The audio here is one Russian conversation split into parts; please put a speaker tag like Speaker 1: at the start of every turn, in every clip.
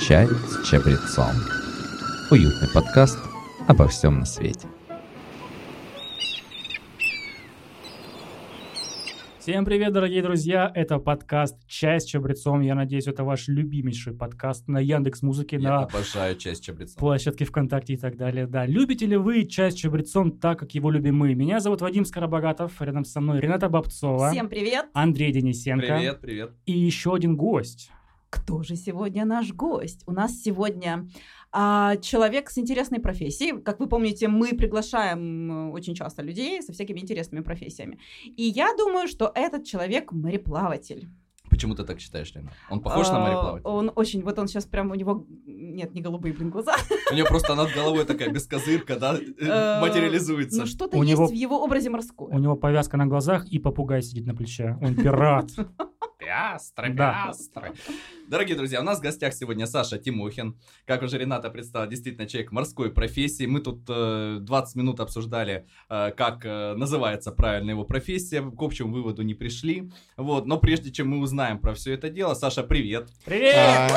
Speaker 1: Чай с чабрецом. Уютный подкаст обо всем на свете.
Speaker 2: Всем привет, дорогие друзья! Это подкаст «Чай с чабрецом». Я надеюсь, это ваш любимейший подкаст на Яндекс Музыке,
Speaker 3: Я
Speaker 2: на
Speaker 3: обожаю часть чабреца.
Speaker 2: площадке ВКонтакте и так далее. Да, любите ли вы «Чай с чабрецом» так, как его любим мы? Меня зовут Вадим Скоробогатов, рядом со мной Рената Бобцова,
Speaker 4: Всем привет!
Speaker 2: Андрей Денисенко
Speaker 3: Привет, привет.
Speaker 2: и еще один гость.
Speaker 4: Кто же сегодня наш гость? У нас сегодня а, человек с интересной профессией. Как вы помните, мы приглашаем э, очень часто людей со всякими интересными профессиями. И я думаю, что этот человек мореплаватель.
Speaker 3: Почему ты так считаешь, Лена? Он похож на
Speaker 4: А,
Speaker 3: мореплавателя?
Speaker 4: Он очень, вот он сейчас прям у него, нет, не голубые, блин, глаза.
Speaker 3: У него просто над головой такая бескозырка, да,
Speaker 4: Э,
Speaker 3: материализуется.
Speaker 4: Ну что-то
Speaker 2: У
Speaker 4: есть
Speaker 2: него-
Speaker 4: в его образе морское.
Speaker 2: У него повязка на глазах и попугай сидит на плече. Он пират.
Speaker 3: Пиастры,
Speaker 2: Да.
Speaker 3: пиастры. Дорогие друзья, у нас в гостях сегодня Саша Тимохин. Как уже Рената представила, действительно человек морской профессии. Мы тут э, 20 минут обсуждали, э, как э, называется правильно его профессия. К общему выводу не пришли. Вот, но прежде чем мы узнаем про все это дело, Саша, привет.
Speaker 2: Привет!
Speaker 5: А,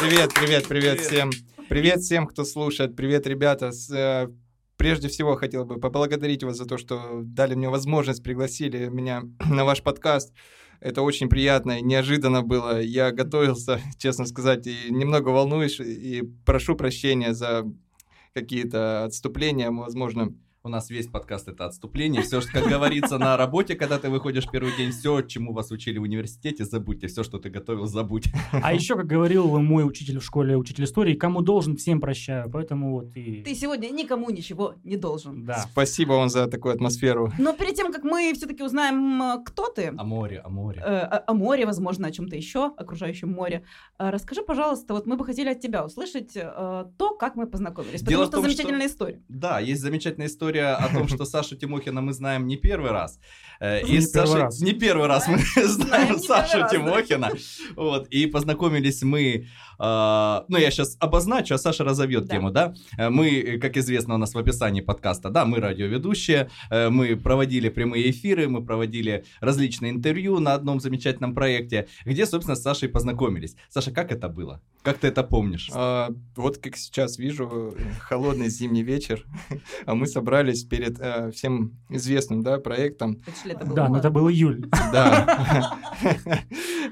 Speaker 5: Привет, привет,
Speaker 3: Привет.
Speaker 5: привет всем. Привет всем, кто слушает. Привет, ребята. С, э, Прежде всего хотел бы поблагодарить вас за то, что дали мне возможность, пригласили меня на ваш подкаст. Это очень приятно и неожиданно было. Я готовился, честно сказать, и немного волнуюсь, и прошу прощения за какие-то отступления, возможно.
Speaker 3: У нас весь подкаст это отступление. Все, что, как говорится, на работе, когда ты выходишь первый день, все, чему вас учили в университете, забудьте. Все, что ты готовил, забудь.
Speaker 2: А еще, как говорил мой учитель в школе, учитель истории, кому должен, всем прощаю. Поэтому вот и...
Speaker 4: Ты сегодня никому ничего не должен.
Speaker 2: Да.
Speaker 5: Спасибо вам за такую атмосферу.
Speaker 4: Но перед тем, как мы все-таки узнаем, э, кто ты,
Speaker 3: О море, о
Speaker 4: э,
Speaker 3: море.
Speaker 4: о, о море, возможно, о чем-то еще, окружающем море. Э, Расскажи, пожалуйста, вот мы бы хотели от тебя услышать э, то, как мы познакомились,
Speaker 3: Дело
Speaker 4: потому
Speaker 3: в
Speaker 4: что
Speaker 3: том, что-
Speaker 4: замечательная история.
Speaker 3: Да, есть замечательная история о том, что Сашу Тимохина мы знаем не первый раз. Э,
Speaker 2: Не
Speaker 3: И с
Speaker 2: первый
Speaker 3: Сашей-
Speaker 2: раз.
Speaker 3: Не первый раз мы знаем
Speaker 4: Знаем не
Speaker 3: Сашу
Speaker 4: первый раз,
Speaker 3: Тимохина. Вот, и познакомились мы, э, ну, я сейчас обозначу, а Саша разовьет
Speaker 4: Да.
Speaker 3: тему, да? Э, Мы, э, как известно, у нас в описании подкаста, да, мы радиоведущие, э, мы проводили прямые эфиры, мы проводили различные интервью на одном замечательном проекте, где, собственно, с Сашей познакомились. Саша, как это было? Как ты это помнишь?
Speaker 5: А, вот как сейчас вижу, э, холодный зимний вечер, а мы собрались перед э, всем известным да, проектом.
Speaker 4: Это ж лето было.
Speaker 2: Да, но это был июль.
Speaker 5: Да.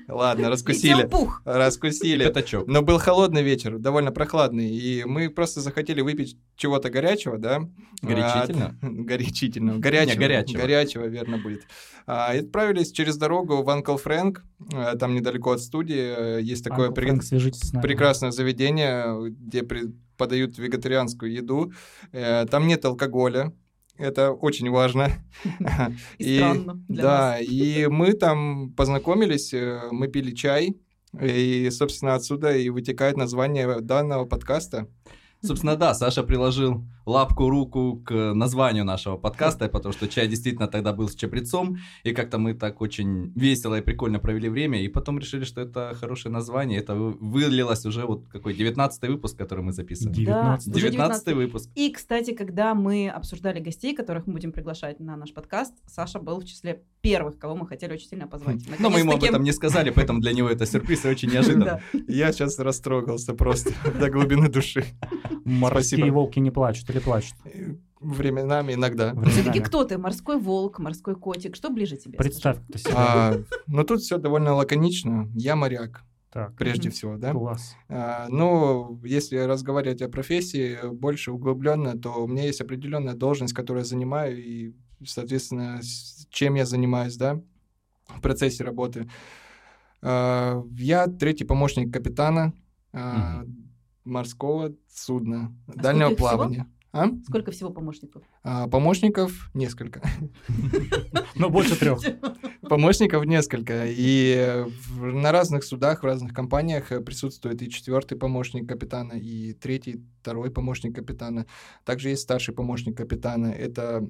Speaker 5: Ладно,
Speaker 4: Летел
Speaker 5: раскусили.
Speaker 4: пух.
Speaker 5: Раскусили.
Speaker 3: Пятачок.
Speaker 5: Но был холодный вечер, довольно прохладный, и мы просто захотели выпить чего-то горячего, да?
Speaker 3: Горячительно?
Speaker 5: А, горячительного. Горячего.
Speaker 3: Не, горячего.
Speaker 5: Горячего, верно будет. А, и отправились через дорогу в Uncle Frank, э, там недалеко от студии. э, Есть такое
Speaker 2: Анкл
Speaker 5: при-
Speaker 2: А, Фрэнк, свяжитесь с нами.
Speaker 5: прекрасное заведение, где при- подают вегетарианскую еду. Э, Там нет алкоголя. Это очень важно.
Speaker 4: И странно для
Speaker 5: да,
Speaker 4: нас.
Speaker 5: и мы там познакомились, э, мы пили чай, э, и, собственно, отсюда и вытекает название данного подкаста.
Speaker 3: Собственно, да, Саша приложил лапку, руку к названию нашего подкаста, потому что чай действительно тогда был с чабрецом, и как-то мы так очень весело и прикольно провели время, и потом решили, что это хорошее название, это вы- вылилось уже вот какой 19 выпуск, который мы записывали.
Speaker 2: Ди- 19-й.
Speaker 3: 19,
Speaker 4: уже 19-й.
Speaker 3: выпуск.
Speaker 4: И, кстати, когда мы обсуждали гостей, которых мы будем приглашать на наш подкаст, Саша был в числе первых, кого мы хотели очень сильно позвать.
Speaker 3: Хм, Но мы ему об
Speaker 4: Наконец-таки-
Speaker 3: этом не сказали, поэтому для него это сюрприз и очень неожиданно.
Speaker 4: Да.
Speaker 5: Я сейчас растрогался просто до глубины души.
Speaker 2: Морские
Speaker 5: Спасибо. А
Speaker 2: волки не плачут или плачут?
Speaker 5: Э, Временами иногда.
Speaker 4: Все-таки
Speaker 2: Временами.
Speaker 4: кто ты? Морской волк, морской котик? Что ближе тебе?
Speaker 2: Представь, как ты себя.
Speaker 5: А, Но тут все довольно лаконично. Я моряк,
Speaker 2: Так,
Speaker 5: прежде
Speaker 4: Мгм.
Speaker 5: всего, да?
Speaker 2: класс.
Speaker 5: А, Ну, если разговаривать о профессии больше углубленно, то у меня есть определенная должность, которую я занимаю, и, соответственно, с чем я занимаюсь, да, в процессе работы. А, Я третий помощник капитана а, морского судна дальнего
Speaker 4: сколько их всего?
Speaker 5: плавания. А?
Speaker 4: скажи. Сколько всего помощников?
Speaker 5: А, Помощников несколько.
Speaker 2: Но Ну, больше трех.
Speaker 5: Помощников несколько. И э, в- на разных судах, в разных компаниях э, присутствует и четвертый помощник капитана, и третий, второй помощник капитана. Также есть старший помощник капитана. Это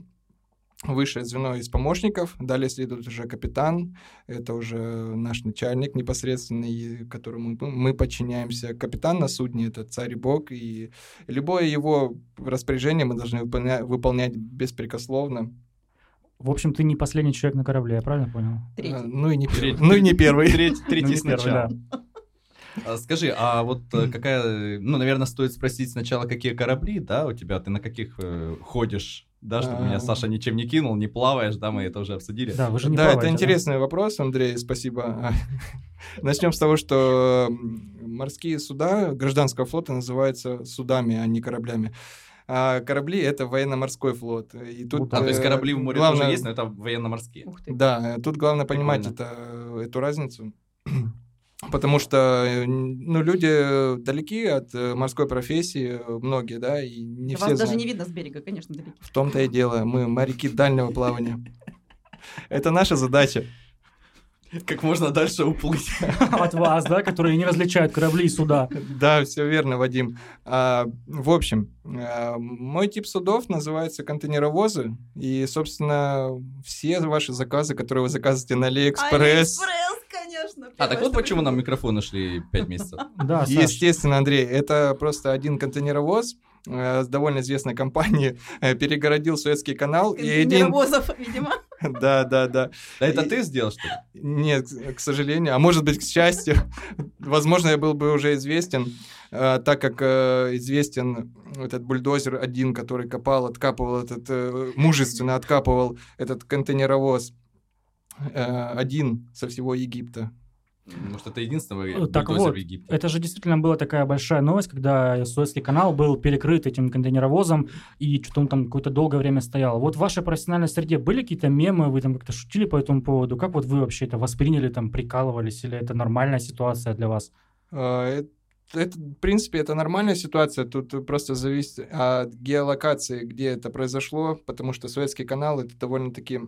Speaker 5: высшее звено из помощников. Далее следует уже капитан. Это уже наш начальник непосредственный, которому мы- мы подчиняемся. Капитан на судне — это царь и бог. И любое его распоряжение мы должны выполня- выполнять беспрекословно.
Speaker 2: В общем, ты не последний человек на корабле, я правильно понял?
Speaker 5: Э,
Speaker 4: Третий.
Speaker 5: Ну и не первый.
Speaker 3: Третий.
Speaker 5: Ну и не первый.
Speaker 3: Треть-
Speaker 2: Ну,
Speaker 3: Третий
Speaker 2: не первый,
Speaker 3: сначала.
Speaker 2: да.
Speaker 3: А, Скажи, а вот э, какая, ну, наверное, стоит спросить сначала, какие корабли, да, у тебя, ты на каких э, ходишь, да, чтобы меня
Speaker 5: Эм.
Speaker 3: Саша ничем не кинул, не плаваешь, да, мы это уже обсудили.
Speaker 2: Да, вы же не
Speaker 5: да,
Speaker 2: плаваете,
Speaker 5: это интересный вопрос, Андрей, спасибо. Начнем с того, что м, морские суда гражданского флота называются судами, а не кораблями. А корабли — это военно-морской флот. И тут,
Speaker 3: А, то есть
Speaker 5: э,
Speaker 3: корабли в море
Speaker 5: главное-
Speaker 3: тоже есть, но это военно-морские.
Speaker 4: Ух ты.
Speaker 5: Да, э, тут главное понимать это, эту разницу. Потому что э, ну, люди далеки от э, морской профессии, э, многие, да, и не
Speaker 4: Вас
Speaker 5: все
Speaker 4: даже
Speaker 5: знают.
Speaker 4: не видно с берега, конечно, далеко.
Speaker 5: В том-то и дело, мы моряки дальнего плавания. Это наша задача.
Speaker 3: Как можно дальше уплыть.
Speaker 2: да. От вас, да, которые не различают корабли и суда.
Speaker 5: Да, все верно, Вадим. А, в общем, а, мой тип судов называется контейнеровозы. И, собственно, все ваши заказы, которые вы заказываете на Алиэкспресс,
Speaker 4: Алиэкспресс, конечно.
Speaker 3: А, так
Speaker 4: первое,
Speaker 3: вот
Speaker 4: что
Speaker 3: почему нам
Speaker 4: приходит.
Speaker 3: микрофоны шли 5 месяцев.
Speaker 2: Да, Саш.
Speaker 5: Естественно, Андрей, это просто один контейнеровоз э, с довольно известной компанией э, перегородил Советский канал. И один...
Speaker 4: Контейнеровозов, видимо.
Speaker 5: Да, да, да.
Speaker 3: Да это
Speaker 5: И-
Speaker 3: ты сделал, что ли?
Speaker 5: Нет, к к сожалению, а может быть, к счастью, возможно, я был бы уже известен, э, так как э, известен этот бульдозер один, который копал, откапывал этот, э, мужественно откапывал этот контейнеровоз э, один со всего Египта.
Speaker 3: Может, это единственный
Speaker 2: Э, так
Speaker 3: бульдозер
Speaker 2: вот.
Speaker 3: в Египте.
Speaker 2: Это же действительно была такая большая новость, когда Суэцкий канал был перекрыт этим контейнеровозом, и что-то он там какое-то долгое время стоял. Вот в вашей профессиональной среде были какие-то мемы, вы там как-то шутили по этому поводу? Как вот вы вообще это восприняли, там, прикалывались, или это нормальная ситуация для вас?
Speaker 5: А, э, Это, в принципе, это нормальная ситуация. Тут просто зависит от геолокации, где это произошло, потому что Советский канал это довольно-таки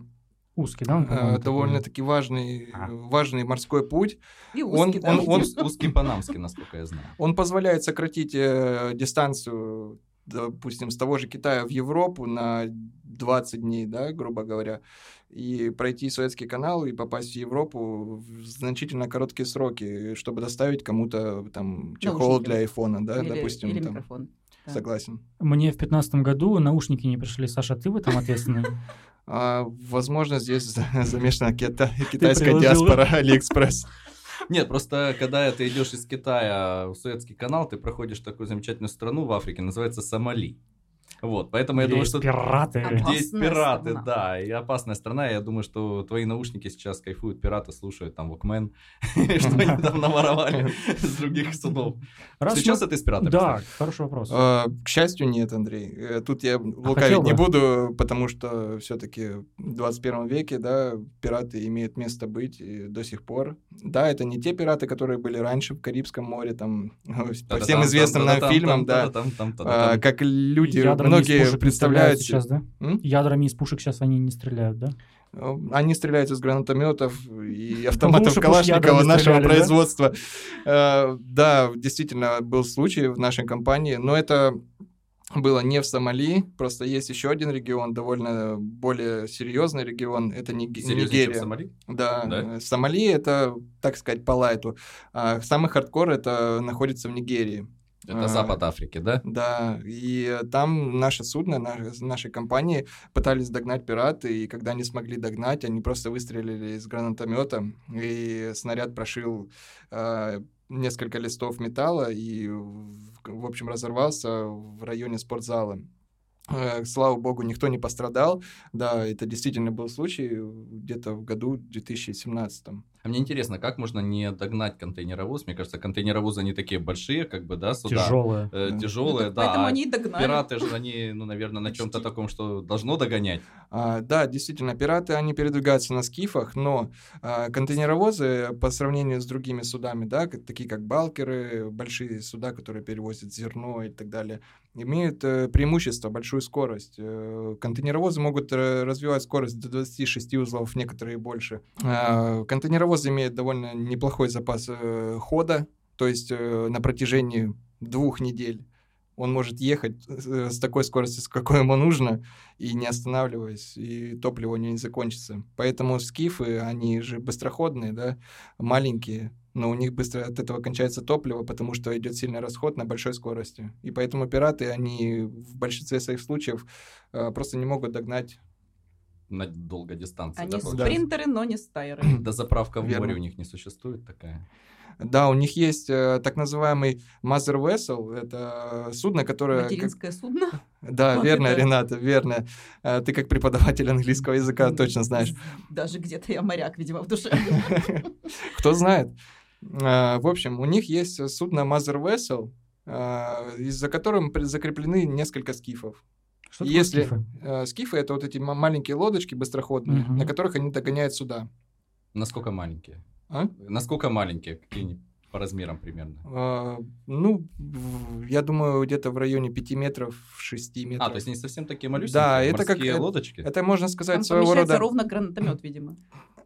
Speaker 2: Узкий, да? он,
Speaker 5: э,
Speaker 2: по-моему, такой?
Speaker 5: довольно-таки важный,
Speaker 2: А.
Speaker 5: важный морской путь.
Speaker 4: И
Speaker 5: Он-
Speaker 4: узкий, да,
Speaker 5: он-
Speaker 4: видимо.
Speaker 5: он-
Speaker 3: Уз- Узкий панамский, насколько я знаю.
Speaker 5: Он позволяет сократить э, дистанцию, допустим, с того же Китая в Европу на 20 дней, да, грубо говоря, и пройти Советский канал и попасть в Европу в значительно короткие сроки, чтобы доставить кому-то там чехол
Speaker 4: Наушники.
Speaker 5: для айфона, да,
Speaker 4: Или-
Speaker 5: допустим,
Speaker 4: Или
Speaker 5: там.
Speaker 4: микрофон. Ну, Да.
Speaker 5: Согласен.
Speaker 2: Мне в пятнадцатом году наушники не пришли. Саша, ты в этом ответственный?
Speaker 5: А, возможно, здесь за- замешана кита- китайская
Speaker 2: приложил.
Speaker 5: диаспора Алиэкспресс.
Speaker 3: Нет, просто когда ты идешь из Китая в Суэцкий канал, ты проходишь такую замечательную страну в Африке, называется Сомали. Вот, поэтому я
Speaker 2: Где
Speaker 3: думаю,
Speaker 2: есть
Speaker 3: что...
Speaker 2: пираты.
Speaker 4: Опасная
Speaker 3: Где есть пираты,
Speaker 4: страна.
Speaker 3: да, и опасная страна. Я думаю, что твои наушники сейчас кайфуют, пираты слушают там Walkman, что они там наворовали с других судов.
Speaker 2: Раз
Speaker 3: Сейчас
Speaker 2: мы-
Speaker 3: это из пиратов?
Speaker 2: Да, хороший вопрос.
Speaker 5: А, К счастью, нет, Андрей. Э, Тут я лукавить
Speaker 2: хотел
Speaker 5: не
Speaker 2: бы.
Speaker 5: буду, потому что все-таки в 21 веке, да, пираты имеют место быть и до сих пор. Да, это не те пираты, которые были раньше в Карибском море, там, по всем известным нам фильмам, да, а, как люди,
Speaker 2: Ядрами из
Speaker 5: многие
Speaker 2: пушек не стреляют
Speaker 5: представляют...
Speaker 2: сейчас, да?
Speaker 5: М?
Speaker 2: Ядрами из пушек сейчас они не стреляют, да?
Speaker 5: Э, Они стреляют из гранатометов и автоматов
Speaker 2: лучше пусть
Speaker 5: Калашникова
Speaker 2: ядрами
Speaker 5: нашего
Speaker 2: стреляли, да?
Speaker 5: производства. Э, Да, действительно, был случай в нашей компании, но это было не в Сомали, просто есть еще один регион, довольно более серьезный регион, это Ниге- Нигерия. Да,
Speaker 3: Да?
Speaker 5: э, Сомали это, так сказать, по лайту. А самый хардкор это находится в Нигерии.
Speaker 3: Это
Speaker 5: А,
Speaker 3: запад Африки, да?
Speaker 5: Да, и э, там наше судно, наши, наши компании пытались догнать пираты, и когда не смогли догнать, они просто выстрелили из гранатомета, и снаряд прошил э, несколько листов металла и, в, в общем, разорвался в районе спортзала. Э, Слава богу, никто не пострадал. Да, это действительно был случай где-то в году 2017.
Speaker 3: А мне интересно, как можно не догнать контейнеровоз? Мне кажется, контейнеровозы они такие большие, как бы, да, суда.
Speaker 2: Тяжелые.
Speaker 3: Э,
Speaker 5: Да.
Speaker 3: Тяжелые,
Speaker 4: Ну, так
Speaker 3: да.
Speaker 4: Поэтому
Speaker 3: а
Speaker 4: они и догнали.
Speaker 3: Пираты же, они, ну, наверное, на чем-то таком, что должно догонять.
Speaker 5: А, да, действительно, пираты, они передвигаются на скифах, но а, контейнеровозы по сравнению с другими судами, да, как- такие как балкеры, большие суда, которые перевозят зерно и так далее, имеют э, преимущество, большую скорость. Э, контейнеровозы могут э, развивать скорость до 26 узлов, некоторые больше. А, контейнеровозы имеют довольно неплохой запас э, хода, то есть э, на протяжении двух недель он может ехать э, с такой скоростью, с какой ему нужно, и не останавливаясь, и топливо у него не закончится. Поэтому скифы, они же быстроходные, да, маленькие, но у них быстро от этого кончается топливо, потому что идет сильный расход на большой скорости. И поэтому пираты, они в большинстве своих случаев э, просто не могут догнать
Speaker 3: на долгой дистанции.
Speaker 4: Они
Speaker 3: дороже.
Speaker 5: Да.
Speaker 4: спринтеры, но не стайеры.
Speaker 3: Да заправка в
Speaker 5: Верно.
Speaker 3: море у них не существует такая.
Speaker 5: Да, у них есть э, так называемый Mother Vessel, это судно, которое... как-
Speaker 4: Материнское судно.
Speaker 5: Да,
Speaker 4: Вот
Speaker 5: верно,
Speaker 4: это-
Speaker 5: Рената, верно. Э, Ты как преподаватель английского языка точно знаешь.
Speaker 4: Даже где-то я моряк, видимо, в душе.
Speaker 5: Кто знает. Э, В общем, у них есть судно Mother Vessel, э, из-за которым при- закреплены несколько скифов.
Speaker 2: Что
Speaker 5: Если-
Speaker 2: такое скифы?
Speaker 5: Э, Скифы — это вот эти ма- маленькие лодочки быстроходные,
Speaker 2: Мгм.
Speaker 5: на которых они догоняют суда.
Speaker 3: Насколько маленькие?
Speaker 5: А?
Speaker 3: Насколько маленькие? Какие они по размерам примерно?
Speaker 5: Э, Ну, в- я думаю, где-то в районе 5 метров, 6 метров.
Speaker 3: А, то есть не совсем такие малюсенькие,
Speaker 5: Да, это как-
Speaker 3: морские
Speaker 5: э,
Speaker 3: лодочки?
Speaker 5: Это, можно сказать,
Speaker 4: Там
Speaker 5: своего
Speaker 4: помещается
Speaker 5: рода...
Speaker 4: ровно гранатомет, видимо.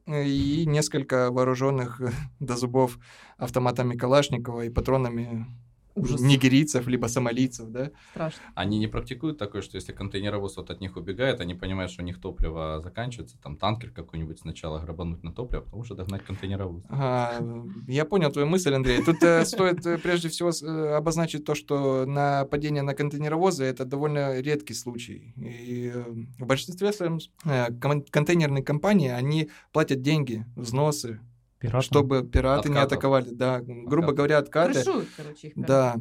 Speaker 5: и несколько вооруженных до зубов автоматами Калашникова и патронами
Speaker 4: Ужас.
Speaker 5: нигерийцев либо сомалийцев, да?
Speaker 4: Страшно.
Speaker 3: Они не практикуют такое, что если контейнеровоз вот от них убегает, они понимают, что у них топливо заканчивается, там танкер какой-нибудь сначала грабануть на топливо, а потом уже догнать контейнеровоз.
Speaker 5: А, я понял твою мысль, Андрей. Тут э, стоит э, прежде всего с- э, обозначить то, что нападение на контейнеровозы это довольно редкий случай. И э, в большинстве своем э, кон- контейнерные компании они платят деньги, взносы,
Speaker 2: Пиратам.
Speaker 5: чтобы пираты не
Speaker 3: Откатов.
Speaker 5: атаковали. Да, грубо
Speaker 3: Откатов.
Speaker 5: говоря, откаты.
Speaker 4: Крышуют, короче, их.
Speaker 5: Да.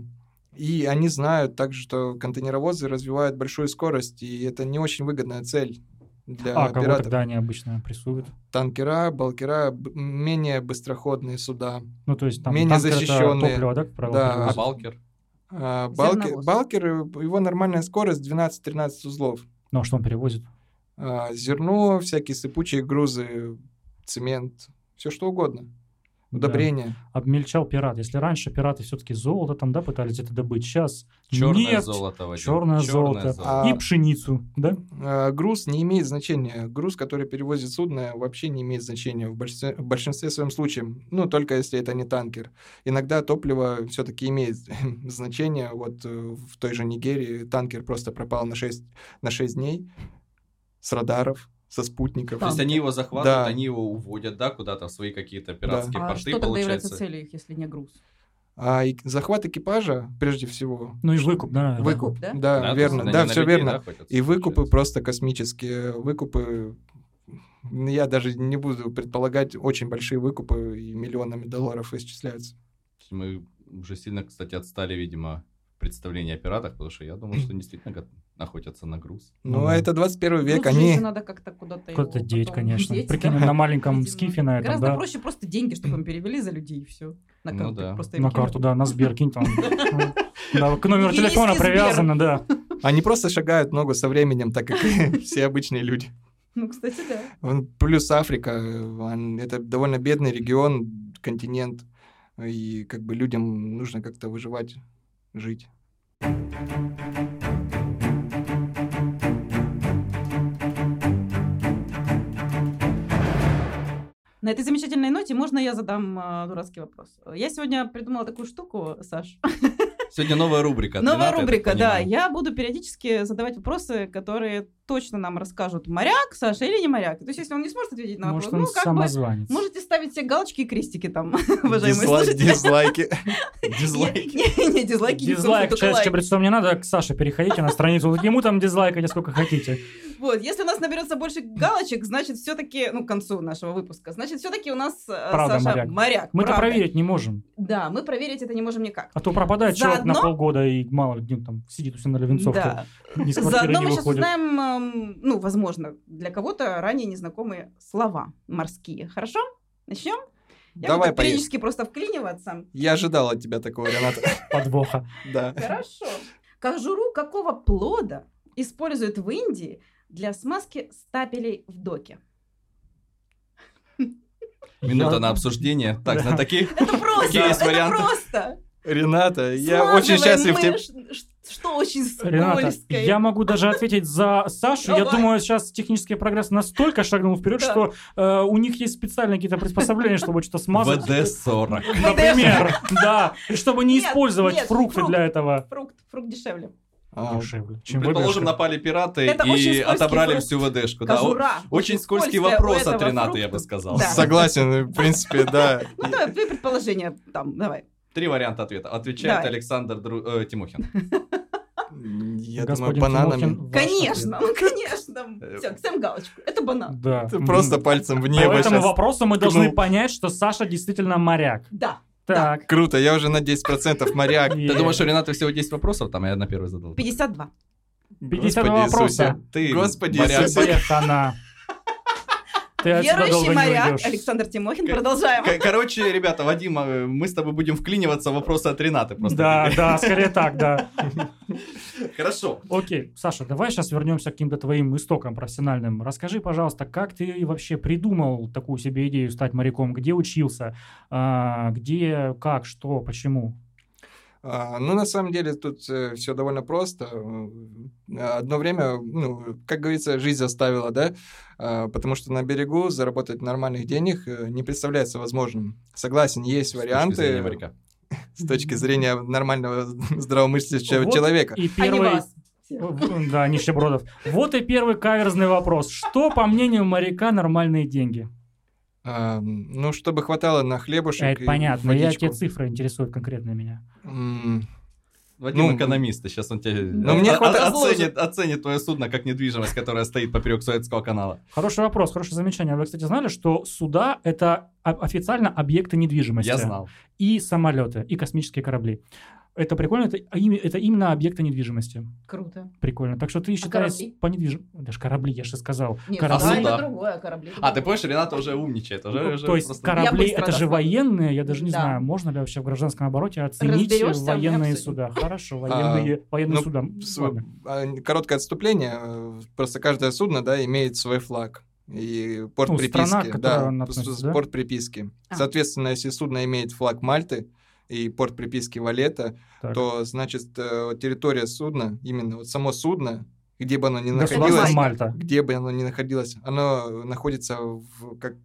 Speaker 5: И они знают также, что контейнеровозы развивают большую скорость, и это не очень выгодная цель для
Speaker 2: А, кого
Speaker 5: пиратов.
Speaker 2: тогда они обычно прессуют?
Speaker 5: Танкера, балкера, б- менее быстроходные суда.
Speaker 2: Ну, то есть там
Speaker 5: Менее
Speaker 2: танкер это
Speaker 5: защищенные.
Speaker 2: топливо, да, как правило,
Speaker 5: Да,
Speaker 3: А
Speaker 2: привозят?
Speaker 3: балкер?
Speaker 5: А балки-
Speaker 4: Зерновоз.
Speaker 5: балкер, э, его нормальная скорость 12-13 узлов.
Speaker 2: Ну, а что он перевозит?
Speaker 5: А зерно, всякие сыпучие грузы, цемент, все что угодно. Удобрения.
Speaker 2: Да. Обмельчал пират. Если раньше пираты все-таки золото там, да, пытались это добыть, сейчас
Speaker 3: Черное
Speaker 2: нефть,
Speaker 3: золото, Вадим.
Speaker 2: черное золото.
Speaker 5: А-
Speaker 2: и пшеницу, да?
Speaker 5: А, груз не имеет значения. Груз, который перевозит судно, вообще не имеет значения в большинстве, в большинстве своем случаев. Ну, только если это не танкер. Иногда топливо все-таки имеет значение. Вот э, в той же Нигерии танкер просто пропал на 6, на 6 дней с радаров, со спутников.
Speaker 3: То есть
Speaker 4: Танкер.
Speaker 3: они его захватывают,
Speaker 5: Да.
Speaker 3: они его уводят, да, куда-то в свои какие-то пиратские
Speaker 4: А
Speaker 3: порты,
Speaker 4: что тогда является
Speaker 3: получается.
Speaker 4: целью их, если не груз?
Speaker 5: А и захват экипажа, прежде всего,
Speaker 2: Ну и выкуп, да, наверное.
Speaker 5: выкуп.
Speaker 4: да?
Speaker 5: Да,
Speaker 3: то есть
Speaker 5: верно.
Speaker 3: они
Speaker 5: Да,
Speaker 3: на
Speaker 5: все
Speaker 3: людей,
Speaker 5: верно.
Speaker 3: да, охотятся,
Speaker 5: И выкупы
Speaker 3: получается.
Speaker 5: просто космические. Выкупы, м, я даже не буду предполагать, очень большие выкупы и миллионами долларов исчисляются.
Speaker 3: Мы уже сильно, кстати, отстали, видимо, представление о пиратах, потому что я думал, что действительно го- охотятся на груз.
Speaker 5: Но
Speaker 2: Ну да.
Speaker 5: это 21 век,
Speaker 4: Груз же
Speaker 5: они...
Speaker 4: еще надо как-то куда-то
Speaker 2: Куда-то
Speaker 4: его
Speaker 2: деть,
Speaker 4: потом
Speaker 2: конечно.
Speaker 4: деть,
Speaker 2: Прикинь,
Speaker 4: да.
Speaker 2: на маленьком
Speaker 4: Видимо.
Speaker 2: скифе на этом,
Speaker 4: Гораздо
Speaker 2: да?
Speaker 4: проще просто деньги, чтобы им перевели за людей, и все. На
Speaker 3: Ну
Speaker 4: карту
Speaker 3: да.
Speaker 4: просто им
Speaker 2: На
Speaker 4: кинуть.
Speaker 2: карту, да, на Сбер кинь там. Да, к номеру
Speaker 4: Киевский
Speaker 2: телефона
Speaker 4: Сбер.
Speaker 2: привязано, да.
Speaker 5: Они просто шагают ногу со временем, так как и все обычные люди.
Speaker 4: Ну, кстати, да.
Speaker 5: Вон, Плюс Африка, э, он- это довольно бедный регион, континент, и как бы людям нужно как-то выживать, жить.
Speaker 4: На этой замечательной ноте можно я задам а, дурацкий вопрос? Я сегодня придумала такую штуку, Саш.
Speaker 3: Сегодня новая рубрика. 13, я
Speaker 4: Новая
Speaker 3: так
Speaker 4: рубрика, да.
Speaker 3: понимаю.
Speaker 4: Я буду периодически задавать вопросы, которые точно нам расскажут, моряк Саша или не моряк. То есть, если он не сможет ответить на вопрос,
Speaker 2: Может, он
Speaker 4: ну, как бы...
Speaker 2: самозванец.
Speaker 4: Можете ставить все галочки и крестики там, уважаемые
Speaker 5: Дизлай-
Speaker 4: слушатели.
Speaker 5: Дизлайки.
Speaker 3: Дизлайк.
Speaker 4: Не, не, не, дизлайки. не
Speaker 2: Дизлайк,
Speaker 4: только лайк.
Speaker 2: чаще бритцом не надо, к Саше переходите на страницу. Вот Ему там дизлайкайте сколько хотите.
Speaker 4: Вот, если у нас наберется больше галочек, значит, все-таки, ну, к концу нашего выпуска, значит, все-таки у нас э,
Speaker 2: Правда,
Speaker 4: Саша
Speaker 2: моряк. Мы-то
Speaker 4: правда.
Speaker 2: проверить не можем.
Speaker 4: Да, мы проверить это не можем никак.
Speaker 2: А то пропадает человек на
Speaker 4: Заодно-
Speaker 2: полгода и мало ли днем там сидит у себя на Левинцовке.
Speaker 4: Да.
Speaker 2: Из квартиры
Speaker 4: Заодно
Speaker 2: не
Speaker 4: мы сейчас
Speaker 2: выходит.
Speaker 4: узнаем, эм, ну, возможно, для кого-то ранее незнакомые слова морские. Хорошо? Начнем? Я
Speaker 5: Давай,
Speaker 4: буду
Speaker 5: поедем.
Speaker 4: периодически просто вклиниваться.
Speaker 5: Я ожидал от тебя такого, Рената.
Speaker 2: Подвоха.
Speaker 5: Да.
Speaker 4: Хорошо. Кожуру какого плода используют в Индии для смазки стапелей в доке?
Speaker 3: Минута
Speaker 2: Я-
Speaker 3: на обсуждение. Так,
Speaker 2: Да.
Speaker 3: на такие
Speaker 4: Это просто,
Speaker 3: Какие есть
Speaker 4: это
Speaker 3: варианты?
Speaker 4: просто.
Speaker 5: Рената, я
Speaker 4: Смазываем
Speaker 5: очень счастлив
Speaker 4: мы
Speaker 5: тебе.
Speaker 4: ш- ш- Что очень
Speaker 2: Рената,
Speaker 4: скользкое.
Speaker 2: я могу даже ответить за Сашу. Я
Speaker 4: Давай.
Speaker 2: думаю, сейчас технический прогресс настолько шагнул вперед,
Speaker 4: Да.
Speaker 2: что э, у них есть специальные какие-то приспособления, чтобы что-то смазать.
Speaker 3: ВД-40.
Speaker 2: Например, да. И чтобы не
Speaker 4: Нет,
Speaker 2: использовать
Speaker 4: нет,
Speaker 2: фрукты
Speaker 4: фрукт.
Speaker 2: для этого.
Speaker 4: Фрукт, фрукт дешевле.
Speaker 5: А,
Speaker 2: Дешевле, чем
Speaker 3: Предположим,
Speaker 2: выберешь.
Speaker 3: напали пираты
Speaker 4: Это очень
Speaker 3: и
Speaker 4: скользкий
Speaker 3: отобрали
Speaker 4: фрукт.
Speaker 3: всю ВДшку. да. О-
Speaker 4: Кожура.
Speaker 3: Очень скользкий
Speaker 4: скользкая у
Speaker 3: вопрос
Speaker 4: этого
Speaker 3: от Рената, я
Speaker 4: фрукта.
Speaker 3: бы сказал.
Speaker 4: Да.
Speaker 5: Согласен, в принципе, да.
Speaker 4: Ну, давай, твои предположения там, давай.
Speaker 3: Три варианта ответа. Отвечает
Speaker 4: Давай.
Speaker 3: Александр Дру- э, Тимохин.
Speaker 5: Я думаю,
Speaker 2: господин
Speaker 5: бананами.
Speaker 2: Тимохин, ваш
Speaker 4: Конечно, ну, конечно.
Speaker 5: Э,
Speaker 4: Все, ставим галочку. Это
Speaker 2: ответ.
Speaker 4: банан.
Speaker 2: Да.
Speaker 5: Ты
Speaker 2: Мгм.
Speaker 5: просто пальцем в
Speaker 2: По
Speaker 5: небо
Speaker 2: этому
Speaker 5: щас.
Speaker 2: вопросу мы должны
Speaker 5: ткнул.
Speaker 2: понять, что Саша действительно моряк.
Speaker 4: Да,
Speaker 2: Так.
Speaker 5: Круто, я уже на 10% моряк.
Speaker 2: И
Speaker 3: Ты думаешь, у Рената всего 10 вопросов? Там я на первый задал.
Speaker 4: 52.
Speaker 2: 50
Speaker 5: Господи
Speaker 2: вопроса.
Speaker 5: Иисусе.
Speaker 3: Ты,
Speaker 5: Господи
Speaker 3: моряк.
Speaker 5: Иисусе.
Speaker 2: Привет, она. Ты отсюда долго
Speaker 4: Верующий
Speaker 2: не
Speaker 4: моряк
Speaker 2: уйдешь.
Speaker 4: Александр Тимохин.
Speaker 3: Как-
Speaker 4: Продолжаем.
Speaker 3: К- Короче, ребята, Вадим, э, мы с тобой будем вклиниваться в вопросы от Ренаты просто.
Speaker 2: Да, да, скорее так, да.
Speaker 3: Хорошо.
Speaker 2: Окей, Саша, давай сейчас вернемся к каким-то твоим истокам профессиональным. Расскажи, пожалуйста, как ты вообще придумал такую себе идею стать моряком? Где учился? А, Где, как, что, почему?
Speaker 5: А, Ну, на самом деле, тут все довольно просто. Э, Одно время, ну, как говорится, жизнь заставила, да? А, Потому что на берегу заработать нормальных денег э, не представляется возможным. Согласен, есть
Speaker 3: С точки зрения
Speaker 5: варианты э,
Speaker 3: моряка.
Speaker 5: с точки зрения нормального здравомыслящего
Speaker 2: Вот
Speaker 5: человека.
Speaker 2: И
Speaker 4: А не
Speaker 2: первый...
Speaker 4: вас.
Speaker 2: В- Да, нищебродов. Вот и первый каверзный вопрос. Что, по мнению моряка, нормальные деньги?
Speaker 5: А, Ну, чтобы хватало на хлебушек
Speaker 2: А, Это
Speaker 3: э,
Speaker 5: и
Speaker 2: понятно. Я
Speaker 5: водичку.
Speaker 2: те цифры интересуют конкретно меня.
Speaker 5: М,
Speaker 3: Вадим
Speaker 5: Ну,
Speaker 3: экономист, сейчас он тебе
Speaker 2: ну,
Speaker 3: о-
Speaker 5: мне
Speaker 3: о-
Speaker 5: хватает-
Speaker 3: оценит, оценит твое судно как недвижимость, которая стоит поперек Суэцкого канала.
Speaker 2: Хороший вопрос, хорошее замечание. Вы, кстати, знали, что суда — это о- официально объекты недвижимости?
Speaker 3: Я знал.
Speaker 2: И самолеты, и космические корабли. Это прикольно, это, ими- это именно объекты недвижимости.
Speaker 4: Круто.
Speaker 2: Прикольно. Так что ты считаешь
Speaker 4: А корабли?
Speaker 2: по недвижимости... Даже корабли, я же сказал.
Speaker 4: Нет, а
Speaker 2: корабли.
Speaker 4: да, это
Speaker 3: Суда.
Speaker 4: другое, корабли.
Speaker 3: А, ты понимаешь, Рената уже умничает.
Speaker 5: Э,
Speaker 3: Уже,
Speaker 2: Ну,
Speaker 3: уже
Speaker 2: То есть
Speaker 3: просто-
Speaker 2: корабли
Speaker 4: Я быстро
Speaker 2: это же
Speaker 4: нашла.
Speaker 2: военные, я даже не
Speaker 4: Да.
Speaker 2: знаю, можно ли вообще в гражданском обороте оценить
Speaker 4: Разберешься,
Speaker 2: военные
Speaker 4: обсудим.
Speaker 2: суда. Хорошо, военные, военные
Speaker 5: А, ну,
Speaker 2: суда.
Speaker 5: с-
Speaker 2: Ладно.
Speaker 5: а, Короткое отступление. э, Просто каждое судно, да, имеет свой флаг и порт
Speaker 2: Ну,
Speaker 5: приписки.
Speaker 2: страна, к которой
Speaker 5: да,
Speaker 2: он
Speaker 5: с-
Speaker 2: относится,
Speaker 5: с-
Speaker 2: да?
Speaker 5: порт приписки.
Speaker 4: А.
Speaker 5: Соответственно, если судно имеет флаг Мальты и порт приписки Валета,
Speaker 2: Так.
Speaker 5: то значит э, территория судна, именно вот само судно, где бы оно ни
Speaker 2: Государство
Speaker 5: находилось,
Speaker 4: Мальта.
Speaker 2: Мальта.
Speaker 5: где бы оно ни находилось, оно находится в как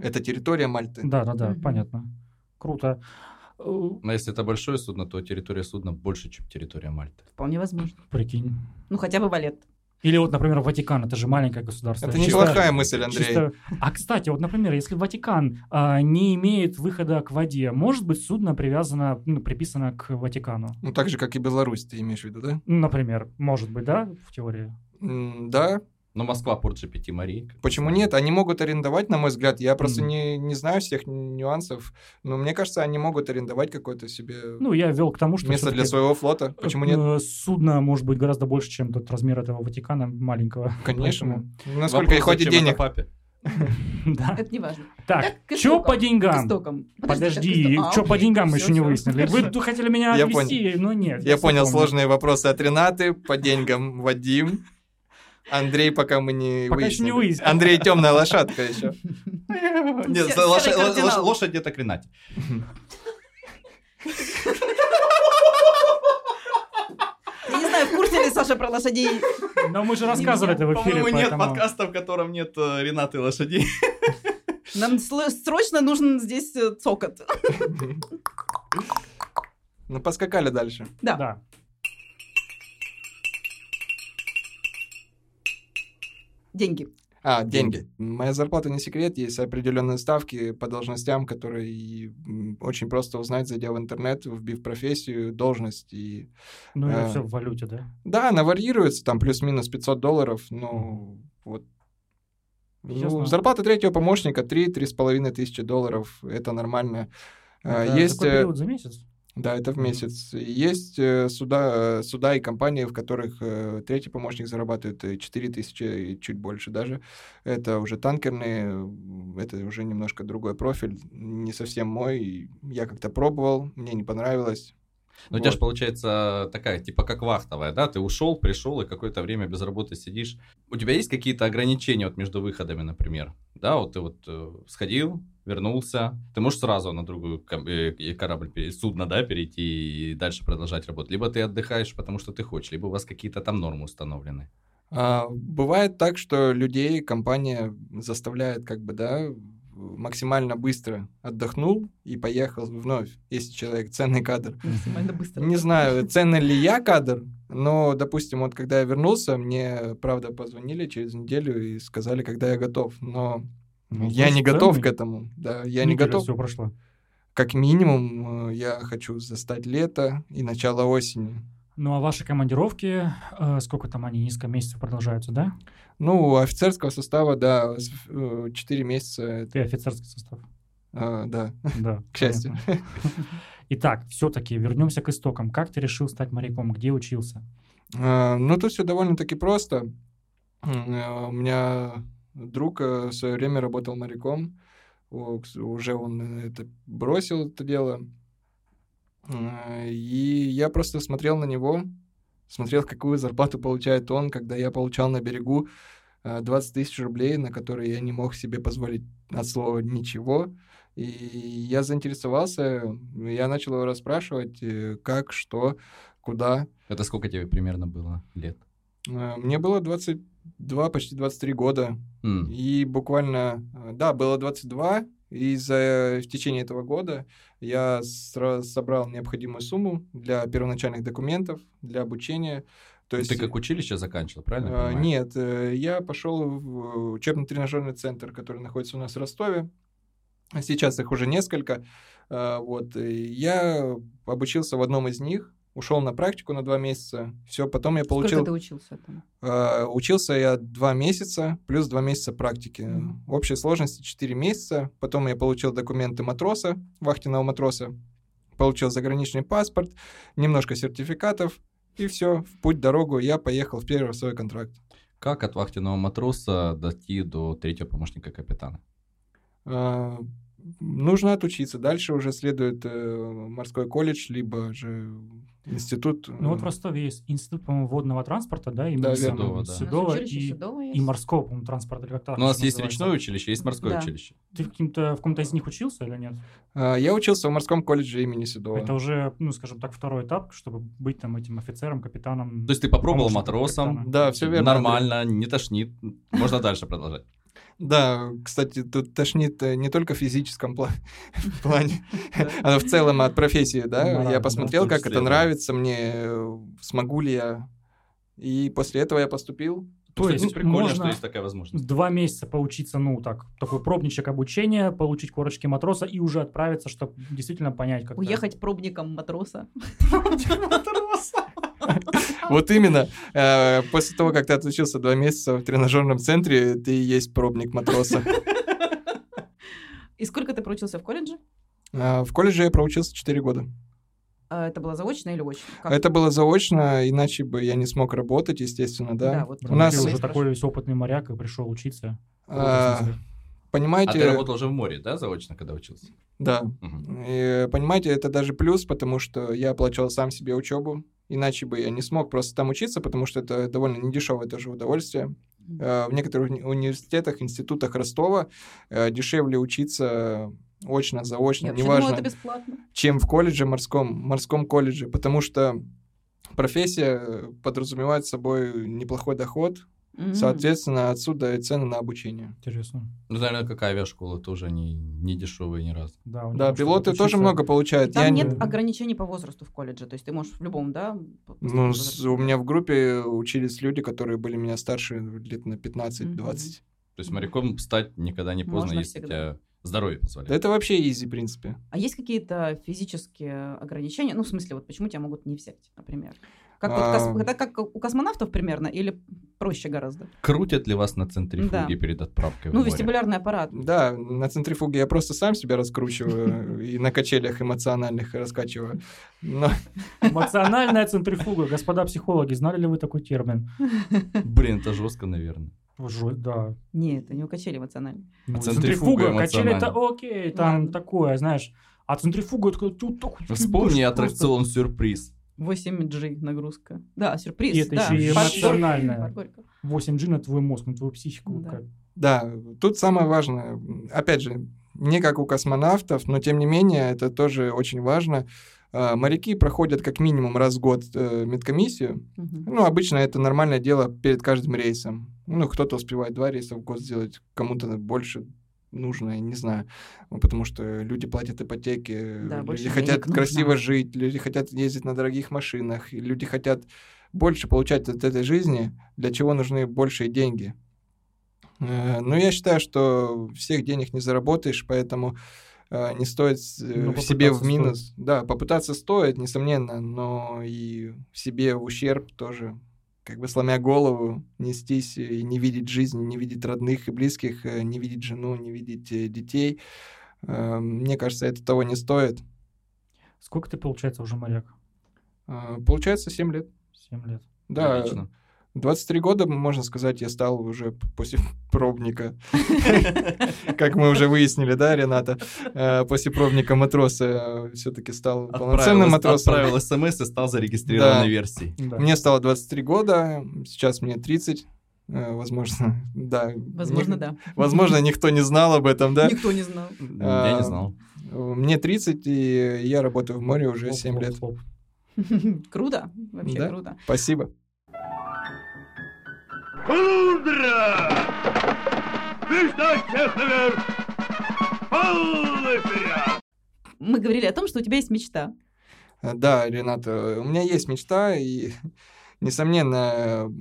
Speaker 5: это территория Мальты.
Speaker 2: Да, да, да,
Speaker 4: Мгм.
Speaker 2: понятно. Круто. Э,
Speaker 3: Но если это большое судно, то территория судна больше, чем территория Мальты.
Speaker 4: Вполне возможно.
Speaker 2: Прикинь.
Speaker 4: Ну, хотя бы валет. Или
Speaker 2: Или вот, например, Ватикан, это же маленькое государство.
Speaker 5: Это
Speaker 2: Чисто-
Speaker 5: неплохая мысль, Андрей.
Speaker 2: чисто- А кстати, вот, например, если Ватикан а, не имеет выхода к воде, может быть, судно привязано, ну, приписано к Ватикану.
Speaker 5: Ну, так же, как и Беларусь, ты имеешь в виду, да?
Speaker 2: Ну, Например, может быть, да, в теории.
Speaker 5: М, Да,
Speaker 3: Но Москва, порт Пяти Марии. как
Speaker 5: Почему
Speaker 3: мы
Speaker 5: нет? Они могут арендовать, на мой взгляд. Я просто
Speaker 2: Мгм.
Speaker 5: не, не знаю всех нюансов, но мне кажется, они могут арендовать какое-то себе
Speaker 2: Ну, я вел к тому, что
Speaker 5: место для
Speaker 2: всё-таки,
Speaker 5: своего флота. Почему
Speaker 2: э,
Speaker 5: нет?
Speaker 2: Судно может быть гораздо больше, чем тот размер этого Ватикана маленького.
Speaker 5: Конечно. Ну,
Speaker 3: знаем.
Speaker 5: Насколько и
Speaker 3: Вопрос,
Speaker 5: хватит
Speaker 3: зачем это
Speaker 5: денег.
Speaker 3: папе?
Speaker 2: Да.
Speaker 4: Это не важно.
Speaker 2: Так,
Speaker 4: Так, к
Speaker 2: что
Speaker 4: истокам,
Speaker 2: по
Speaker 4: К
Speaker 2: деньгам?
Speaker 4: истокам.
Speaker 2: Подожди,
Speaker 4: А,
Speaker 2: что
Speaker 3: А,
Speaker 2: по деньгам мы еще не выяснили? Вы тут хотели меня
Speaker 5: Я
Speaker 2: отвести, но нет.
Speaker 5: Я
Speaker 2: всё
Speaker 5: понял,
Speaker 2: помню.
Speaker 5: сложные вопросы от Ренаты по деньгам Вадим. Андрей, пока мы не
Speaker 2: Пока еще
Speaker 5: выяснили.
Speaker 2: не выяснили.
Speaker 5: Андрей темная лошадка еще.
Speaker 3: Нет,
Speaker 4: Серый
Speaker 3: лоша- лош-
Speaker 4: кардинал.
Speaker 3: лошадь где-то к Ренате.
Speaker 4: Я не знаю, в курсе ли Саша про лошадей.
Speaker 2: Но мы же рассказывали это в эфире,
Speaker 3: По-моему, нет
Speaker 2: поэтому-
Speaker 3: подкаста, в котором нет э, Ренаты и лошадей.
Speaker 4: Нам сло- срочно нужен здесь э, цокот.
Speaker 5: Ну, поскакали дальше.
Speaker 4: Да.
Speaker 2: Да.
Speaker 4: Деньги.
Speaker 5: А, деньги. Моя зарплата не секрет, есть определенные ставки по должностям, которые м, очень просто узнать, зайдя в интернет, вбив профессию, должность и
Speaker 2: Ну, это
Speaker 5: Э.
Speaker 2: все в валюте, да?
Speaker 5: Да, она варьируется, там плюс-минус 500 долларов, ну, вот.
Speaker 2: Я
Speaker 5: Ну,
Speaker 2: знаю.
Speaker 5: зарплата третьего помощника 3-3,5 тысячи долларов, это нормально. А,
Speaker 2: Это
Speaker 5: Есть,
Speaker 2: такой
Speaker 5: э,
Speaker 2: период Ну за месяц?
Speaker 5: да, это в
Speaker 2: Мгм.
Speaker 5: месяц. Есть э, суда, э, суда и компании, в которых э, третий помощник зарабатывает э, 4 тысячи и чуть больше даже. Это уже танкерные, м, это уже немножко другой профиль, не совсем мой. Я как-то пробовал, мне не понравилось.
Speaker 3: Ну, у тебя же получается такая, типа как вахтовая, да? Ты ушел, пришел и какое-то время без работы сидишь. У тебя есть какие-то ограничения вот между выходами, например? Да, вот ты вот э, сходил, вернулся. Ты можешь сразу на другую ком- э, э, корабль, пере- судно, да, перейти и дальше продолжать работу. Либо ты отдыхаешь, потому что ты хочешь, либо у вас какие-то там нормы установлены.
Speaker 5: А, бывает так, что людей компания заставляет как бы, да, максимально быстро отдохнул и поехал вновь, если человек ценный кадр.
Speaker 4: Максимально быстро.
Speaker 5: Не знаю, ценный ли я кадр, но, допустим, вот когда я вернулся, мне, правда, позвонили через неделю и сказали, когда я готов, но
Speaker 2: Ну,
Speaker 5: я не
Speaker 2: значит,
Speaker 5: готов
Speaker 2: ценный.
Speaker 5: к этому, да, я не готов.
Speaker 2: Все прошло.
Speaker 5: Как минимум, э, я хочу застать лето и начало осени.
Speaker 2: Ну а ваши командировки, э, сколько там они, несколько месяцев продолжаются, да?
Speaker 5: Ну, у офицерского состава, да, 4 месяца,
Speaker 2: Ты офицерский состав.
Speaker 5: э, да.
Speaker 2: Да.
Speaker 5: К счастью.
Speaker 2: понятно. Итак, все-таки вернемся к истокам. Как ты решил стать моряком? Где учился?
Speaker 5: Э, Ну, тут все довольно-таки просто. М, э, У меня друг э, в свое время работал моряком. О, к с- Уже он э, это бросил это дело. Э, И я просто смотрел на него, смотрел, какую зарплату получает он, когда я получал на берегу э, 20 тысяч рублей, на которые я не мог себе позволить от слова ничего. И я заинтересовался, я начал его расспрашивать, э, как, что, куда.
Speaker 3: Это сколько тебе примерно было лет?
Speaker 5: Э, Мне было 22, почти 23 года.
Speaker 3: М.
Speaker 5: И буквально, э, да, было 22, и за, в течение этого года я сра- собрал необходимую сумму для первоначальных документов, для обучения. То есть,
Speaker 3: Ты как училище заканчивал, правильно? я
Speaker 5: э,
Speaker 3: понимаю?
Speaker 5: нет, э, я пошел в учебно-тренажерный центр, который находится у нас в Ростове. Сейчас их уже несколько. Э, Вот. и Я обучился в одном из них, ушел на практику на два месяца. Все, потом я получил...
Speaker 4: Сколько ты учился там?
Speaker 5: Э, Учился я два месяца, плюс два месяца практики.
Speaker 4: Мгм.
Speaker 5: В общей сложности 4 месяца. Потом я получил документы матроса, вахтенного матроса. Получил заграничный паспорт, немножко сертификатов. И все, в путь, дорогу я поехал в первый свой контракт.
Speaker 3: Как от вахтенного матроса дойти до третьего помощника капитана?
Speaker 5: Э, Нужно отучиться. Дальше уже следует э, морской колледж, либо же институт.
Speaker 2: Ну вот
Speaker 5: э,
Speaker 2: в Ростове есть институт, по-моему, водного транспорта, да? именно
Speaker 5: Да,
Speaker 2: сам-
Speaker 3: Седова, да.
Speaker 2: Седова
Speaker 4: У нас училище
Speaker 2: и,
Speaker 4: Седова
Speaker 2: и
Speaker 4: есть.
Speaker 2: морского, по-моему, транспорта. или как так
Speaker 3: Ну, у нас
Speaker 2: это
Speaker 3: есть
Speaker 2: называется.
Speaker 3: речное училище, есть морское
Speaker 4: Да.
Speaker 3: училище.
Speaker 2: Ты в, каким-то, в каком-то из них учился или нет?
Speaker 5: э, Я учился в морском колледже имени Седова.
Speaker 2: Это уже, ну, скажем так, второй этап, чтобы быть там этим офицером, капитаном.
Speaker 3: То есть ты попробовал
Speaker 2: Помощник
Speaker 3: матросом,
Speaker 2: капитана.
Speaker 5: Да, все верно. Андрей.
Speaker 3: нормально, не тошнит, можно дальше продолжать.
Speaker 5: Да, кстати, тут тошнит э, не только в физическом пла- в плане, а в целом от профессии, да.
Speaker 2: Морально,
Speaker 5: Я
Speaker 2: да,
Speaker 5: посмотрел,
Speaker 3: в том
Speaker 5: как это
Speaker 3: числе, да.
Speaker 5: нравится мне, э, смогу ли я. И после этого я поступил.
Speaker 2: То
Speaker 3: Кстати,
Speaker 2: есть
Speaker 3: прикольно,
Speaker 2: можно
Speaker 3: что Ну, есть такая возможность.
Speaker 2: два месяца поучиться, ну, так, такой пробничек обучения, получить корочки матроса и уже отправиться, чтобы действительно понять, как...
Speaker 4: Уехать пробником матроса.
Speaker 5: Вот именно. э, После того, как ты отучился два месяца в тренажерном центре, ты и есть пробник матроса.
Speaker 4: И сколько ты проучился в колледже?
Speaker 5: А, В колледже я проучился 4 года.
Speaker 4: А, Это было заочно или очно? Как?
Speaker 5: Это было заочно, иначе бы я не смог работать, естественно, да.
Speaker 4: вот
Speaker 2: У
Speaker 5: У
Speaker 4: поэтому
Speaker 2: нас
Speaker 5: нас-
Speaker 4: я
Speaker 5: Ты
Speaker 2: уже
Speaker 4: спрашиваю.
Speaker 2: такой весь опытный моряк и пришел учиться.
Speaker 5: А,
Speaker 3: А ты
Speaker 5: Понимаете,
Speaker 3: работал уже в море, да, заочно, когда учился?
Speaker 5: да,
Speaker 3: Мгм.
Speaker 5: И, Э, понимаете, это даже плюс, потому что я оплачивал сам себе учебу. Иначе бы я не смог просто там учиться, потому что это довольно недешевое тоже удовольствие. Э, В некоторых уни- университетах, институтах Ростова э, дешевле учиться очно, заочно,
Speaker 4: Я вообще думала,
Speaker 5: неважно,
Speaker 4: это бесплатно.
Speaker 5: чем в колледже морском, морском колледже, потому что профессия э, подразумевает собой неплохой доход,
Speaker 4: Мгм.
Speaker 5: соответственно, отсюда и цены на обучение.
Speaker 2: Интересно.
Speaker 3: Ну, наверное, как авиашкола, тоже не, не дешевые ни разу.
Speaker 2: Да, у них
Speaker 5: Да,
Speaker 2: там, чтобы
Speaker 5: пилоты тоже
Speaker 2: учиться-
Speaker 5: много получают.
Speaker 4: Там
Speaker 5: Я не-
Speaker 4: нет ограничений по возрасту в колледже, то есть ты можешь в любом, да? по-
Speaker 5: Ну,
Speaker 4: возрасту.
Speaker 5: с- у меня в группе учились люди, которые были меня старше лет на 15-20.
Speaker 3: То есть моряком стать никогда не поздно,
Speaker 4: Можно
Speaker 3: если у
Speaker 4: всегда.
Speaker 3: тебя здоровье
Speaker 5: Да
Speaker 3: позволяет.
Speaker 5: это вообще изи, в принципе.
Speaker 4: А есть какие-то физические ограничения? Ну, в смысле, вот почему тебя могут не взять, например? Как, вот
Speaker 5: А.
Speaker 4: кос- это как у космонавтов примерно или проще гораздо?
Speaker 3: Крутят ли вас на центрифуге
Speaker 4: Да.
Speaker 3: перед отправкой в
Speaker 4: ну,
Speaker 3: море?
Speaker 4: вестибулярный аппарат.
Speaker 5: Да, на центрифуге я просто сам себя раскручиваю и на качелях эмоциональных раскачиваю. Но
Speaker 2: Эмоциональная центрифуга. Господа психологи, знали ли вы такой термин?
Speaker 3: Блин, это жестко, наверное.
Speaker 2: Жо- Да.
Speaker 4: Нет, это не у качели эмоционально.
Speaker 2: Ну,
Speaker 3: центрифуга
Speaker 2: качели это
Speaker 3: эмоционально.
Speaker 2: окей, там
Speaker 4: Ладно.
Speaker 2: такое, знаешь. А центрифуга это когда тут так-
Speaker 3: Вспомни
Speaker 2: просто-
Speaker 3: аттракцион «Сюрприз».
Speaker 4: 8G нагрузка. Да, сюрприз.
Speaker 2: И это
Speaker 4: да.
Speaker 2: еще и
Speaker 4: Под
Speaker 2: эмоциональное.
Speaker 4: Горько, под Горько.
Speaker 2: 8G на твой мозг, на твою психику.
Speaker 4: Да.
Speaker 2: как-
Speaker 5: да, тут самое важное, опять же, не как у космонавтов, но тем не менее, это тоже очень важно. Э, Моряки проходят как минимум раз в год э, медкомиссию,
Speaker 4: Мгм.
Speaker 5: Ну, обычно это нормальное дело перед каждым рейсом. Ну, кто-то успевает два рейса в год сделать, кому-то больше нужно, я не знаю. Ну, Потому что люди платят ипотеки,
Speaker 4: Да, больше
Speaker 5: люди хотят
Speaker 4: денег
Speaker 5: красиво
Speaker 4: нужно.
Speaker 5: жить, люди хотят ездить на дорогих машинах, и люди хотят больше получать от этой жизни, для чего нужны большие деньги. ну, Э, Но я считаю, что всех денег не заработаешь, поэтому э, не стоит с- э,
Speaker 2: Ну,
Speaker 5: в себе в
Speaker 2: попытаться
Speaker 5: минус. Да, попытаться стоит, несомненно, но и в себе в ущерб тоже, как бы сломя голову, нестись и не видеть жизни, не видеть родных и близких, э, не видеть жену, не видеть э, детей. Э, Мне кажется, это того не стоит.
Speaker 2: Сколько ты, получается, уже моряк?
Speaker 5: Э, Получается 7 лет.
Speaker 2: 7 лет.
Speaker 5: Да,
Speaker 3: Отлично.
Speaker 5: 23 года, можно сказать, я стал уже п- после пробника. Как мы уже выяснили, да, Рената? Э, После пробника матроса все-таки стал полноценным
Speaker 3: Отправил-
Speaker 5: матросом.
Speaker 3: Отправил смс и стал зарегистрированной
Speaker 5: Да.
Speaker 3: версией.
Speaker 2: Да.
Speaker 5: Мне стало 23 года, сейчас мне 30. э, Возможно, да.
Speaker 4: Возможно,
Speaker 5: Ник-
Speaker 4: да.
Speaker 5: Возможно, никто не знал об этом, да?
Speaker 4: Никто не знал.
Speaker 3: Я
Speaker 5: А,
Speaker 3: не знал.
Speaker 5: Мне 30, и я работаю в море уже
Speaker 2: Оп,
Speaker 5: 7
Speaker 2: оп,
Speaker 5: лет.
Speaker 2: оп.
Speaker 4: Круто, вообще
Speaker 5: Да.
Speaker 4: круто.
Speaker 5: Спасибо.
Speaker 4: Мы говорили о том, что у тебя есть мечта.
Speaker 5: Э, Да, Ренат, э, у меня есть мечта, и, несомненно,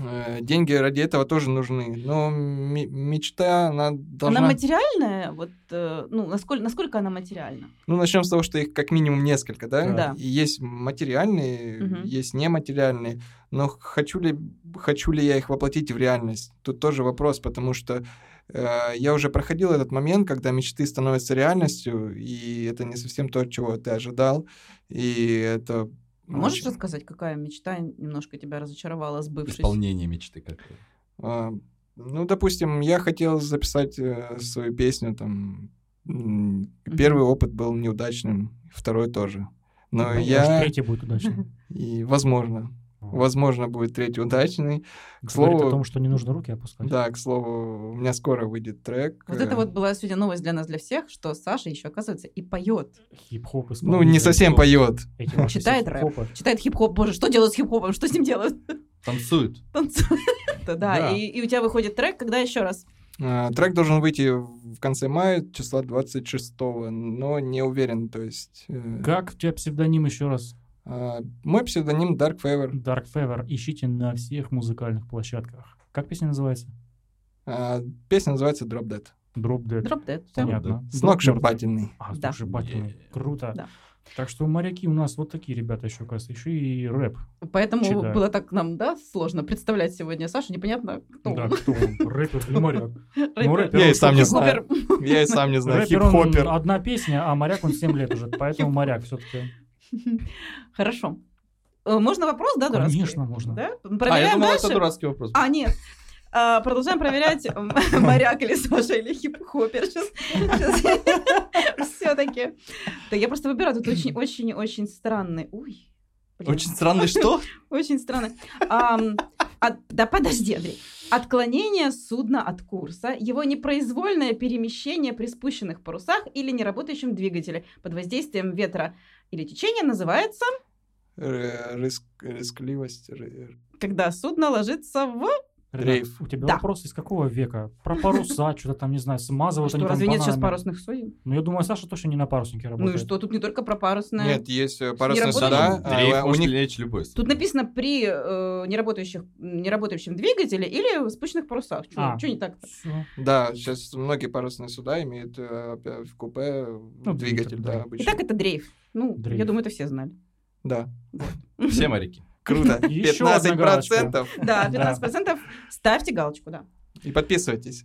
Speaker 5: э, деньги ради этого тоже нужны. Но ми- мечта, она должна...
Speaker 4: Она материальная? Вот, э, ну, насколько, насколько она материальна?
Speaker 5: Ну, начнем с того, что их как минимум несколько, да?
Speaker 4: Да.
Speaker 5: И есть материальные,
Speaker 4: Мгм.
Speaker 5: есть нематериальные. Но хочу ли, хочу ли я их воплотить в реальность? Тут тоже вопрос, потому что э, я уже проходил этот момент, когда мечты становятся реальностью, и это не совсем то, чего ты ожидал. И это...
Speaker 4: Можешь
Speaker 5: очень-
Speaker 4: рассказать, какая мечта немножко тебя разочаровала, сбывшись?
Speaker 3: Исполнение мечты как-то.
Speaker 5: А, Ну, допустим, я хотел записать э, свою песню, там м,
Speaker 4: Мгм.
Speaker 5: первый опыт был неудачным, второй тоже. Но
Speaker 2: Может,
Speaker 5: я
Speaker 2: Третий будет удачным.
Speaker 5: и возможно, возможно будет третий удачный.
Speaker 2: К
Speaker 5: слову-
Speaker 2: о том, что не нужно руки опускать.
Speaker 5: Да, к слову, у меня скоро выйдет трек.
Speaker 4: Вот
Speaker 5: э,
Speaker 4: это
Speaker 2: Эм.
Speaker 4: вот была сегодня новость для нас, для всех, что Саша еще, оказывается, и поет.
Speaker 2: Хип-хоп
Speaker 5: Ну, не совсем поет.
Speaker 2: Эти ваши
Speaker 4: Читает
Speaker 2: все
Speaker 4: рэп.
Speaker 2: хип-хопы.
Speaker 4: Читает хип-хоп. Боже, что делают с хип-хопом? Что с ним делают?
Speaker 3: Танцуют.
Speaker 4: Танцует. Да,
Speaker 5: Да.
Speaker 4: И, и у тебя выходит трек, когда еще раз?
Speaker 5: А, Трек должен выйти в конце мая, числа 26 но не уверен, то есть... э,
Speaker 2: Как у тебя псевдоним еще раз?
Speaker 5: а, Мой псевдоним Dark Favor.
Speaker 2: Dark Favor. Ищите на всех музыкальных площадках. Как песня называется?
Speaker 5: А, Песня называется Drop Dead.
Speaker 2: Drop Dead.
Speaker 4: Drop Dead. Всё.
Speaker 2: Понятно.
Speaker 5: Сногсшибательный.
Speaker 2: А,
Speaker 4: Да.
Speaker 2: сногсшибательный.
Speaker 3: Е.
Speaker 2: Круто.
Speaker 4: Да.
Speaker 2: Так что моряки у нас вот такие ребята еще, кажется, еще и рэп.
Speaker 4: Поэтому
Speaker 2: Читаю.
Speaker 4: было так нам, да, сложно представлять сегодня Сашу. Непонятно, кто
Speaker 2: Да,
Speaker 4: он.
Speaker 2: кто он? Рэпер или моряк? Ну,
Speaker 4: Рэпер.
Speaker 2: рэпер.
Speaker 5: Я и
Speaker 2: он
Speaker 5: сам не
Speaker 2: всё-таки-
Speaker 5: знаю.
Speaker 4: Хип-хопер.
Speaker 5: Я и сам не знаю.
Speaker 2: Рэпер, он
Speaker 5: Хип-хоппер.
Speaker 2: одна песня, а моряк он 7 лет уже, поэтому моряк все-таки.
Speaker 4: Хорошо. Э, Можно вопрос, да, дурацкий?
Speaker 2: Конечно, можно.
Speaker 4: Да?
Speaker 3: А, я
Speaker 4: Проверяем
Speaker 3: думал,
Speaker 4: дальше?
Speaker 3: это дурацкий вопрос.
Speaker 4: А, нет. А, продолжаем проверять, м, моряк или Саша, или хип-хоппер. Все-таки. Да я просто выбираю тут очень-очень-очень странный. Ой. блин.
Speaker 3: Очень странный что?
Speaker 4: Очень странно. Ам, а- да подожди, Андрей. Отклонение судна от курса, его непроизвольное перемещение при спущенных парусах или неработающем двигателе под воздействием ветра или течения называется,
Speaker 5: Э, риск- Рискливость. ры-
Speaker 4: когда судно ложится в...
Speaker 2: Ренат,
Speaker 5: Дрейф.
Speaker 2: У тебя
Speaker 4: Да.
Speaker 2: вопрос из какого века? Про паруса, что-то там, не знаю, смазывают они
Speaker 4: Ну Что,
Speaker 2: там
Speaker 4: разве нет сейчас
Speaker 2: бананами.
Speaker 4: парусных суден?
Speaker 2: Ну, я думаю, Саша точно не на паруснике
Speaker 4: Ну
Speaker 2: работает.
Speaker 4: и что, тут не только про парусное.
Speaker 5: Нет, есть э, парусные
Speaker 4: работает?
Speaker 5: суда. а,
Speaker 3: Дрейф
Speaker 5: у
Speaker 3: может
Speaker 5: них-
Speaker 3: лечь любой.
Speaker 4: Тут написано при э, неработающих, неработающем двигателе или спущенных парусах. Чего
Speaker 2: А.
Speaker 4: не так?
Speaker 2: Всё.
Speaker 5: Да, сейчас многие парусные суда имеют э, опя- в купе э, двигатель,
Speaker 2: Ну, двигатель,
Speaker 5: да,
Speaker 2: да.
Speaker 5: обычно.
Speaker 4: Итак, это дрейф. Ну, я
Speaker 2: Дрейф.
Speaker 4: думаю, это все знали.
Speaker 5: Да.
Speaker 3: Все моряки.
Speaker 5: Круто.
Speaker 2: Ещё одна
Speaker 5: 15 процентов.
Speaker 4: Да,
Speaker 2: Да.
Speaker 4: 15%. Ставьте галочку, да.
Speaker 5: И подписывайтесь.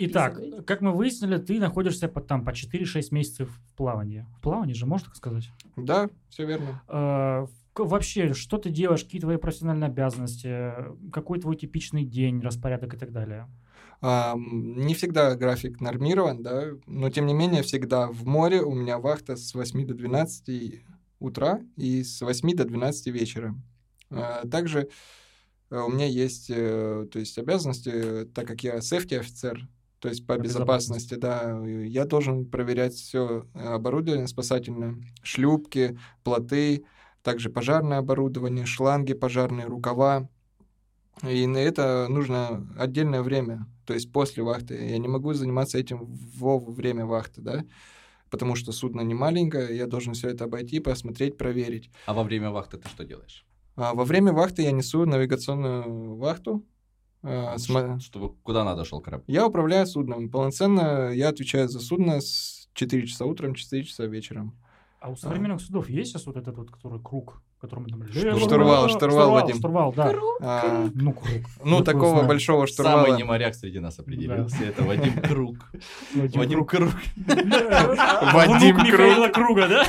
Speaker 2: Итак,
Speaker 4: Подписывайтесь.
Speaker 2: как мы выяснили, ты находишься под, там по 4-6 месяцев в плавании. В плавании же, можно так сказать?
Speaker 5: Да, все верно.
Speaker 2: Э, к- Вообще, что ты делаешь, какие твои профессиональные обязанности, э, какой твой типичный день, распорядок и так далее.
Speaker 5: А, м, не всегда график нормирован, да, но тем не менее всегда в море у меня вахта с 8 до 12 утра и с 8 до 12 вечера. А, Также э, у меня есть, э, то есть обязанности, э, так как я safety офицер, то есть по
Speaker 2: По
Speaker 5: безопасности, да, э, я должен проверять все оборудование спасательное, шлюпки, плоты, также пожарное оборудование, шланги пожарные, рукава. И на это нужно отдельное время, то есть после вахты. Я не могу заниматься этим во время вахты, да, потому что судно не маленькое, я должен все это обойти, посмотреть, проверить.
Speaker 3: А во время вахты ты что делаешь?
Speaker 5: А во время вахты я несу навигационную вахту, э, сма-
Speaker 3: Чтобы куда надо шел корабль.
Speaker 5: Я управляю судном. Полноценно я отвечаю за судно с 4 часа утром, 4 часа вечером.
Speaker 2: А у современных судов есть сейчас вот этот вот, который круг, которому там...
Speaker 5: Штурвал, штурвал,
Speaker 2: штурвал,
Speaker 5: Вадим.
Speaker 2: Штурвал, да.
Speaker 4: Круг.
Speaker 5: А,
Speaker 2: Ну, круг.
Speaker 5: ну,
Speaker 2: Я просто
Speaker 5: такого
Speaker 2: знаю.
Speaker 5: большого
Speaker 3: Самый
Speaker 5: штурвала.
Speaker 3: не моряк среди нас определился. Это Вадим Круг.
Speaker 2: Вадим
Speaker 3: Вадим
Speaker 2: Круг.
Speaker 3: Круг.
Speaker 5: Вадим
Speaker 2: Внук Михаила Круга, да?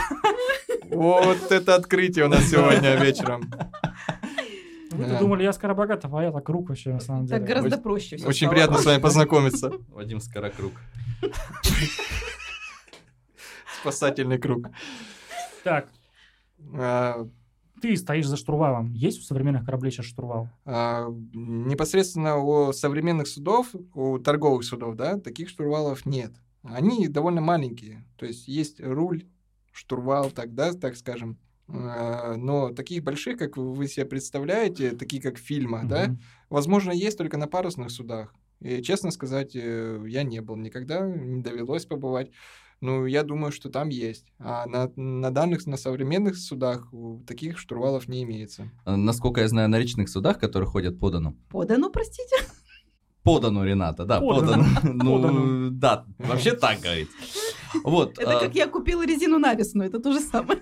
Speaker 5: Вот это открытие у нас сегодня вечером.
Speaker 2: Вы
Speaker 5: Да.
Speaker 2: думали, я Скоробогатов, а я так Круг вообще, на самом деле.
Speaker 4: Так гораздо проще все
Speaker 5: Очень приятно с вами познакомиться.
Speaker 3: Вадим Скорокруг.
Speaker 5: Спасательный круг.
Speaker 2: Так,
Speaker 5: А,
Speaker 2: ты стоишь за штурвалом. Есть у современных кораблей сейчас штурвал?
Speaker 5: а, непосредственно у современных судов, у торговых судов, да, таких штурвалов нет. Они довольно маленькие. То есть есть руль, штурвал, так, да, так скажем. А, Но таких больших, как вы себе представляете, такие как в фильмах, А, да,
Speaker 2: Мгм.
Speaker 5: возможно, есть только на парусных судах. И, честно сказать, э, я не был никогда, не довелось побывать. Ну, я думаю, что там есть. А на, на данных, на современных судах у таких штурвалов не имеется.
Speaker 3: Э, Насколько я знаю, на речных судах, которые ходят по Дону.
Speaker 4: Подано, простите.
Speaker 3: По Дону, Рената, да, по
Speaker 2: По
Speaker 3: Дону.
Speaker 2: Дону. По
Speaker 3: Ну,
Speaker 2: Дону.
Speaker 3: да, вообще так говорит. Вот.
Speaker 4: Это
Speaker 3: э,
Speaker 4: как я купила резину навесную, это то же самое.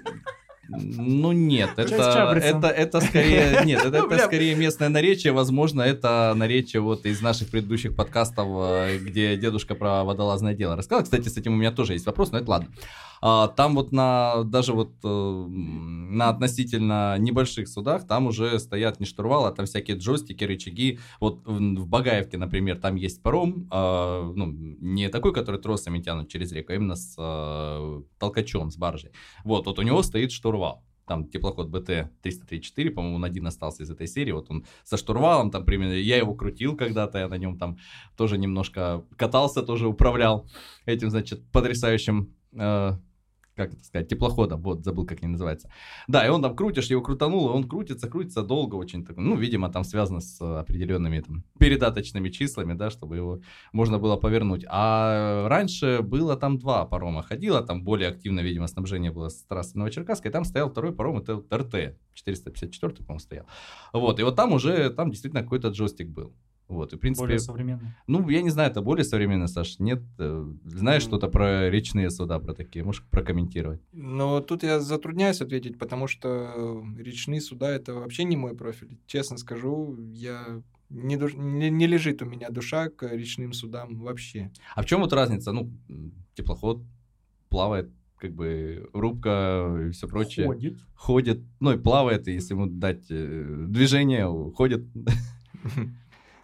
Speaker 3: Ну нет, это,
Speaker 2: с Чабрицем.
Speaker 3: это, это скорее нет, это, это
Speaker 5: Бля.
Speaker 3: скорее местное наречие, возможно, это наречие вот из наших предыдущих подкастов, э, где дедушка про водолазное дело рассказал. Кстати, с этим у меня тоже есть вопрос, но это ладно. А, Там вот на даже вот э, м, на относительно небольших судах там уже стоят не штурвалы, а там всякие джойстики, рычаги. Вот в в Багаевке, например, там есть паром, а, ну не такой, который тросами тянут через реку, а именно с э, толкачом, с баржей. Вот, вот у него стоит штурвал. Там теплоход БТ-334, по-моему, он один остался из этой серии. Вот он со штурвалом там примерно... Я его крутил когда-то, я на нем там тоже немножко катался, тоже управлял этим, значит, потрясающим... э, как это сказать, теплоходом, вот, забыл, как они называются. Да, и он там крутишь, его крутанул, и он крутится, крутится долго очень. Так, ну, видимо, там связано с э, определенными там передаточными числами, да, чтобы его можно было повернуть. А раньше было там два парома ходило, там более активно, видимо, снабжение было с трассы Новочеркасска, и там стоял второй паром, это вот РТ, 454, по-моему, стоял. Вот, и вот там уже, там действительно какой-то джойстик был. Вот, и, в принципе,
Speaker 2: Более современные.
Speaker 3: ну, я не знаю, это более современно, Саш, нет? Э, Знаешь
Speaker 5: М.
Speaker 3: что-то про речные суда, про такие? Можешь прокомментировать?
Speaker 5: Но тут я затрудняюсь ответить, потому что речные суда это вообще не мой профиль. Честно скажу, я не, душ- не, не лежит у меня душа к речным судам вообще.
Speaker 3: А в чем вот разница? Ну, м, теплоход плавает, как бы рубка и все прочее.
Speaker 2: Ходит.
Speaker 3: Ходит, ну и плавает, и если ему дать э, движение, ходит.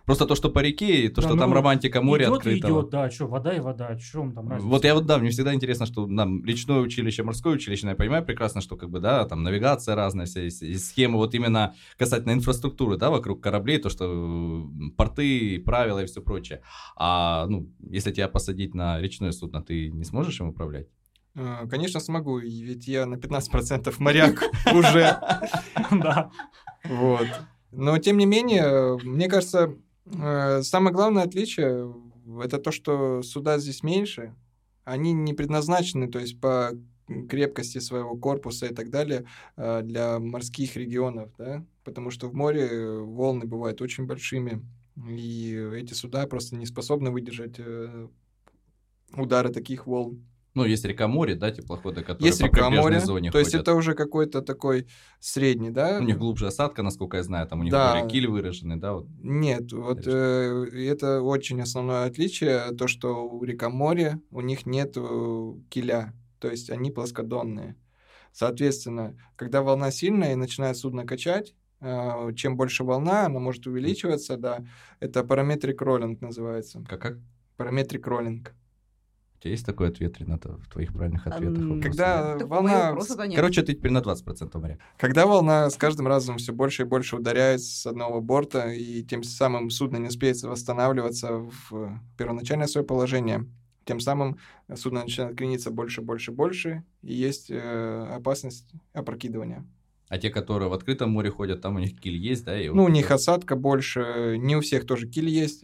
Speaker 3: Просто то, что по реке, и то,
Speaker 2: Да,
Speaker 3: что там
Speaker 2: ну,
Speaker 3: романтика моря
Speaker 2: идет, и идет,
Speaker 3: открытого.
Speaker 2: да, что, вода и вода, о чем там разница?
Speaker 3: Вот я вот, да, мне всегда интересно, что нам речное училище, морское училище, ну, я понимаю прекрасно, что как бы, да, там навигация разная, все схемы, вот именно касательно инфраструктуры, да, вокруг кораблей, то, что м, порты, правила и все прочее. А, ну, если тебя посадить на речное судно, ты не сможешь им управлять?
Speaker 5: Э, Конечно, смогу, и ведь я на 15% моряк уже.
Speaker 2: Да.
Speaker 5: Вот. Но тем не менее, мне кажется, э, самое главное отличие это то, что суда здесь меньше. Они не предназначены, то есть по крепкости своего корпуса и так далее э, для морских регионов, да, потому что в море волны бывают очень большими, и эти суда просто не способны выдержать э, удары таких волн.
Speaker 3: Ну, есть река море, да, теплоходы, которые
Speaker 5: Есть
Speaker 3: по
Speaker 5: река
Speaker 3: прибрежной
Speaker 5: моря,
Speaker 3: зоне
Speaker 5: то есть
Speaker 3: ходят.
Speaker 5: это уже какой-то такой средний, да?
Speaker 3: У них глубже осадка, насколько я знаю, там у них
Speaker 5: Да.
Speaker 3: более киль выражены, да, вот.
Speaker 5: Нет, вот
Speaker 3: Или
Speaker 5: э, и это очень основное отличие, то, что у рекоморья у них нет э, киля, то есть они плоскодонные. Соответственно, когда волна сильная и начинает судно качать, э, чем больше волна, она может увеличиваться, да, это параметрик роллинг называется,
Speaker 3: Как, как?
Speaker 5: параметрик роллинг.
Speaker 3: У тебя есть такой ответ, Рената, в твоих правильных ответах?
Speaker 4: Эм,
Speaker 3: вопросов нет?
Speaker 5: Когда
Speaker 4: Так моего
Speaker 5: волна,
Speaker 4: вопроса-то нет.
Speaker 3: Короче, ты теперь на 20% моря.
Speaker 5: когда волна с каждым разом все больше и больше ударяет с одного борта, и тем самым судно не успеет восстанавливаться в э, первоначальное свое положение, тем самым судно начинает крениться больше, больше, больше, и есть э, опасность опрокидывания.
Speaker 3: А те, которые в открытом море ходят, там у них киль есть, да? И вот
Speaker 5: Ну, у
Speaker 3: это-
Speaker 5: них осадка больше, не у всех тоже киль есть,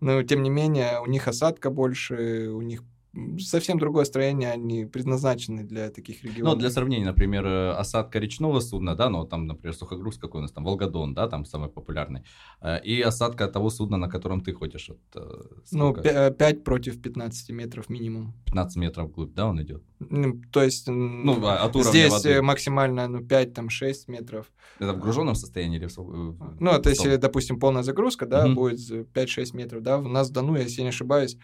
Speaker 5: но тем не менее у них осадка больше, у них м, совсем другое строение, они предназначены для таких
Speaker 3: Ну,
Speaker 5: регионов.
Speaker 3: для сравнения, например, э, осадка речного судна, да, ну, там, например, сухогруз какой у нас, там, Волгодон, да, там самый популярный, э, и осадка того судна, на котором ты ходишь, вот, э,
Speaker 5: Ну,
Speaker 3: сколько?
Speaker 5: 5 против 15 метров минимум.
Speaker 3: 15 метров вглубь, да, он идет?
Speaker 5: Ну, То есть м,
Speaker 3: Ну, а- от уровня
Speaker 5: здесь
Speaker 3: воды.
Speaker 5: э, максимально ну, 5-6 метров.
Speaker 3: Это в груженном состоянии или в су- э, в-
Speaker 5: Ну,
Speaker 3: в
Speaker 5: то
Speaker 3: сухом?
Speaker 5: есть, допустим, полная загрузка, да,
Speaker 3: Мгм.
Speaker 5: будет за 5-6 метров, да, у нас в Дону, если я не ошибаюсь,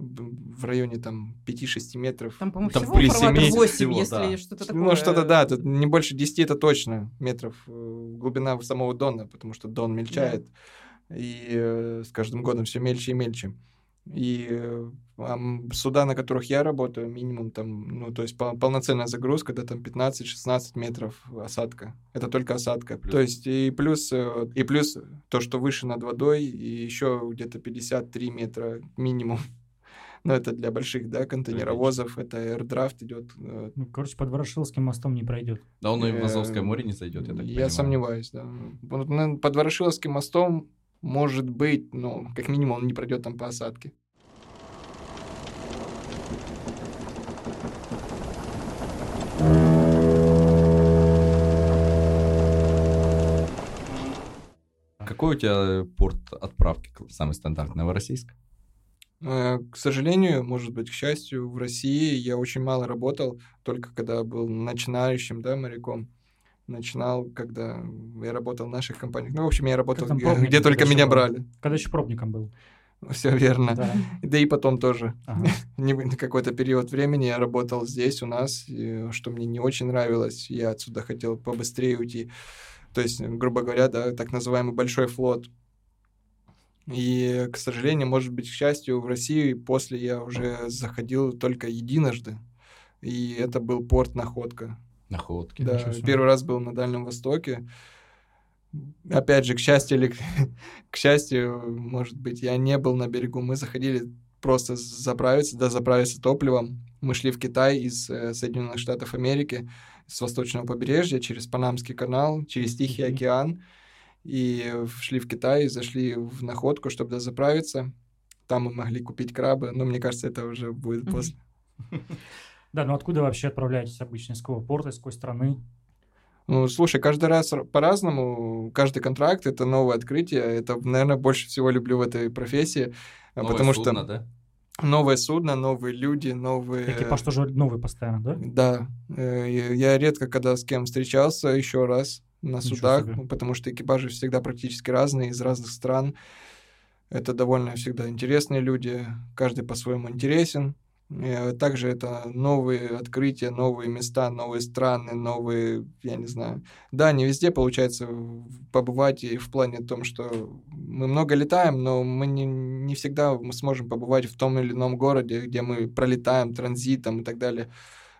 Speaker 5: б- в районе там 5-6 метров.
Speaker 4: Там, по-моему,
Speaker 3: Там
Speaker 4: всего
Speaker 3: при
Speaker 4: фарватер
Speaker 3: семи
Speaker 4: 8,
Speaker 3: всего,
Speaker 4: если
Speaker 3: да.
Speaker 4: что-то такое. э,
Speaker 5: Ну, что-то, да, тут не больше 10 это точно метров э, глубина самого Дона, потому что Дон мельчает, и э, с каждым годом все мельче и мельче. И э, а м, суда, на которых я работаю, минимум там, ну, то есть пол- полноценная загрузка, да, там 15-16 метров осадка. Это только осадка.
Speaker 3: Плюс.
Speaker 5: То есть и плюс, э, и плюс то, что выше над водой, и еще где-то 53 метра минимум. Но это для больших, да, контейнеровозов, это аирдрафт идет э,
Speaker 2: Ну, короче, под Ворошиловским мостом не пройдет.
Speaker 3: Да он и в
Speaker 5: Э,
Speaker 3: Азовское море не сойдет, я так понимаю.
Speaker 5: сомневаюсь, да. Вот, ну, Под Ворошиловским мостом может быть, но как минимум он не пройдет там по осадке.
Speaker 3: Какой у тебя порт отправки к- самый стандартный? Новороссийск?
Speaker 5: Э, К сожалению, может быть, к счастью, в России я очень мало работал, только когда был начинающим, да, моряком. Начинал, когда я работал в наших компаниях. Ну, в общем, я работал,
Speaker 2: там
Speaker 5: где,
Speaker 2: пробник,
Speaker 5: где только
Speaker 2: когда
Speaker 5: меня
Speaker 2: еще было.
Speaker 5: брали.
Speaker 2: Когда еще пробником был.
Speaker 5: Все верно.
Speaker 2: Да.
Speaker 5: Да и потом тоже.
Speaker 2: Ага.
Speaker 5: не вы- на какой-то период времени я работал здесь у нас, и, что мне не очень нравилось. Я отсюда хотел побыстрее уйти. То есть, грубо говоря, да, так называемый большой флот. И, к сожалению, может быть, к счастью, в России после я уже заходил только единожды. И это был порт Находка.
Speaker 3: Находки.
Speaker 5: Да,
Speaker 2: ничего себе.
Speaker 5: первый раз был на Дальнем Востоке. Опять же, к счастью или к, к счастью, может быть, я не был на берегу. Мы заходили просто заправиться, да, заправиться топливом. Мы шли в Китай из э, Соединенных Штатов Америки, с восточного побережья, через Панамский канал, через Тихий
Speaker 2: Мгм.
Speaker 5: океан. И э, шли в Китай, зашли в находку, чтобы заправиться. Там мы могли купить крабы, но мне кажется, это уже будет
Speaker 4: Мгм.
Speaker 5: после.
Speaker 2: Да, ну откуда вообще отправляетесь обычно? Из какого порта, из какой страны?
Speaker 5: Ну, слушай, каждый раз р- по-разному, каждый контракт — это новое открытие, это, наверное, больше всего люблю в этой профессии, а,
Speaker 3: Новое
Speaker 5: потому
Speaker 3: судно,
Speaker 5: что
Speaker 3: да?
Speaker 5: новое судно, новые люди, новые...
Speaker 2: Экипаж тоже новый постоянно, да?
Speaker 5: Да, Э, я я редко когда с кем встречался еще раз на
Speaker 2: Ничего
Speaker 5: судах,
Speaker 2: себе.
Speaker 5: потому что экипажи всегда практически разные, из разных стран. Это довольно всегда интересные люди, каждый по-своему интересен. Э, Также это новые открытия, новые места, новые страны, новые, я не знаю. Да, не везде получается в- побывать и в плане том, что мы много летаем, но мы не, не всегда мы сможем побывать в том или ином городе, где мы пролетаем транзитом и так далее.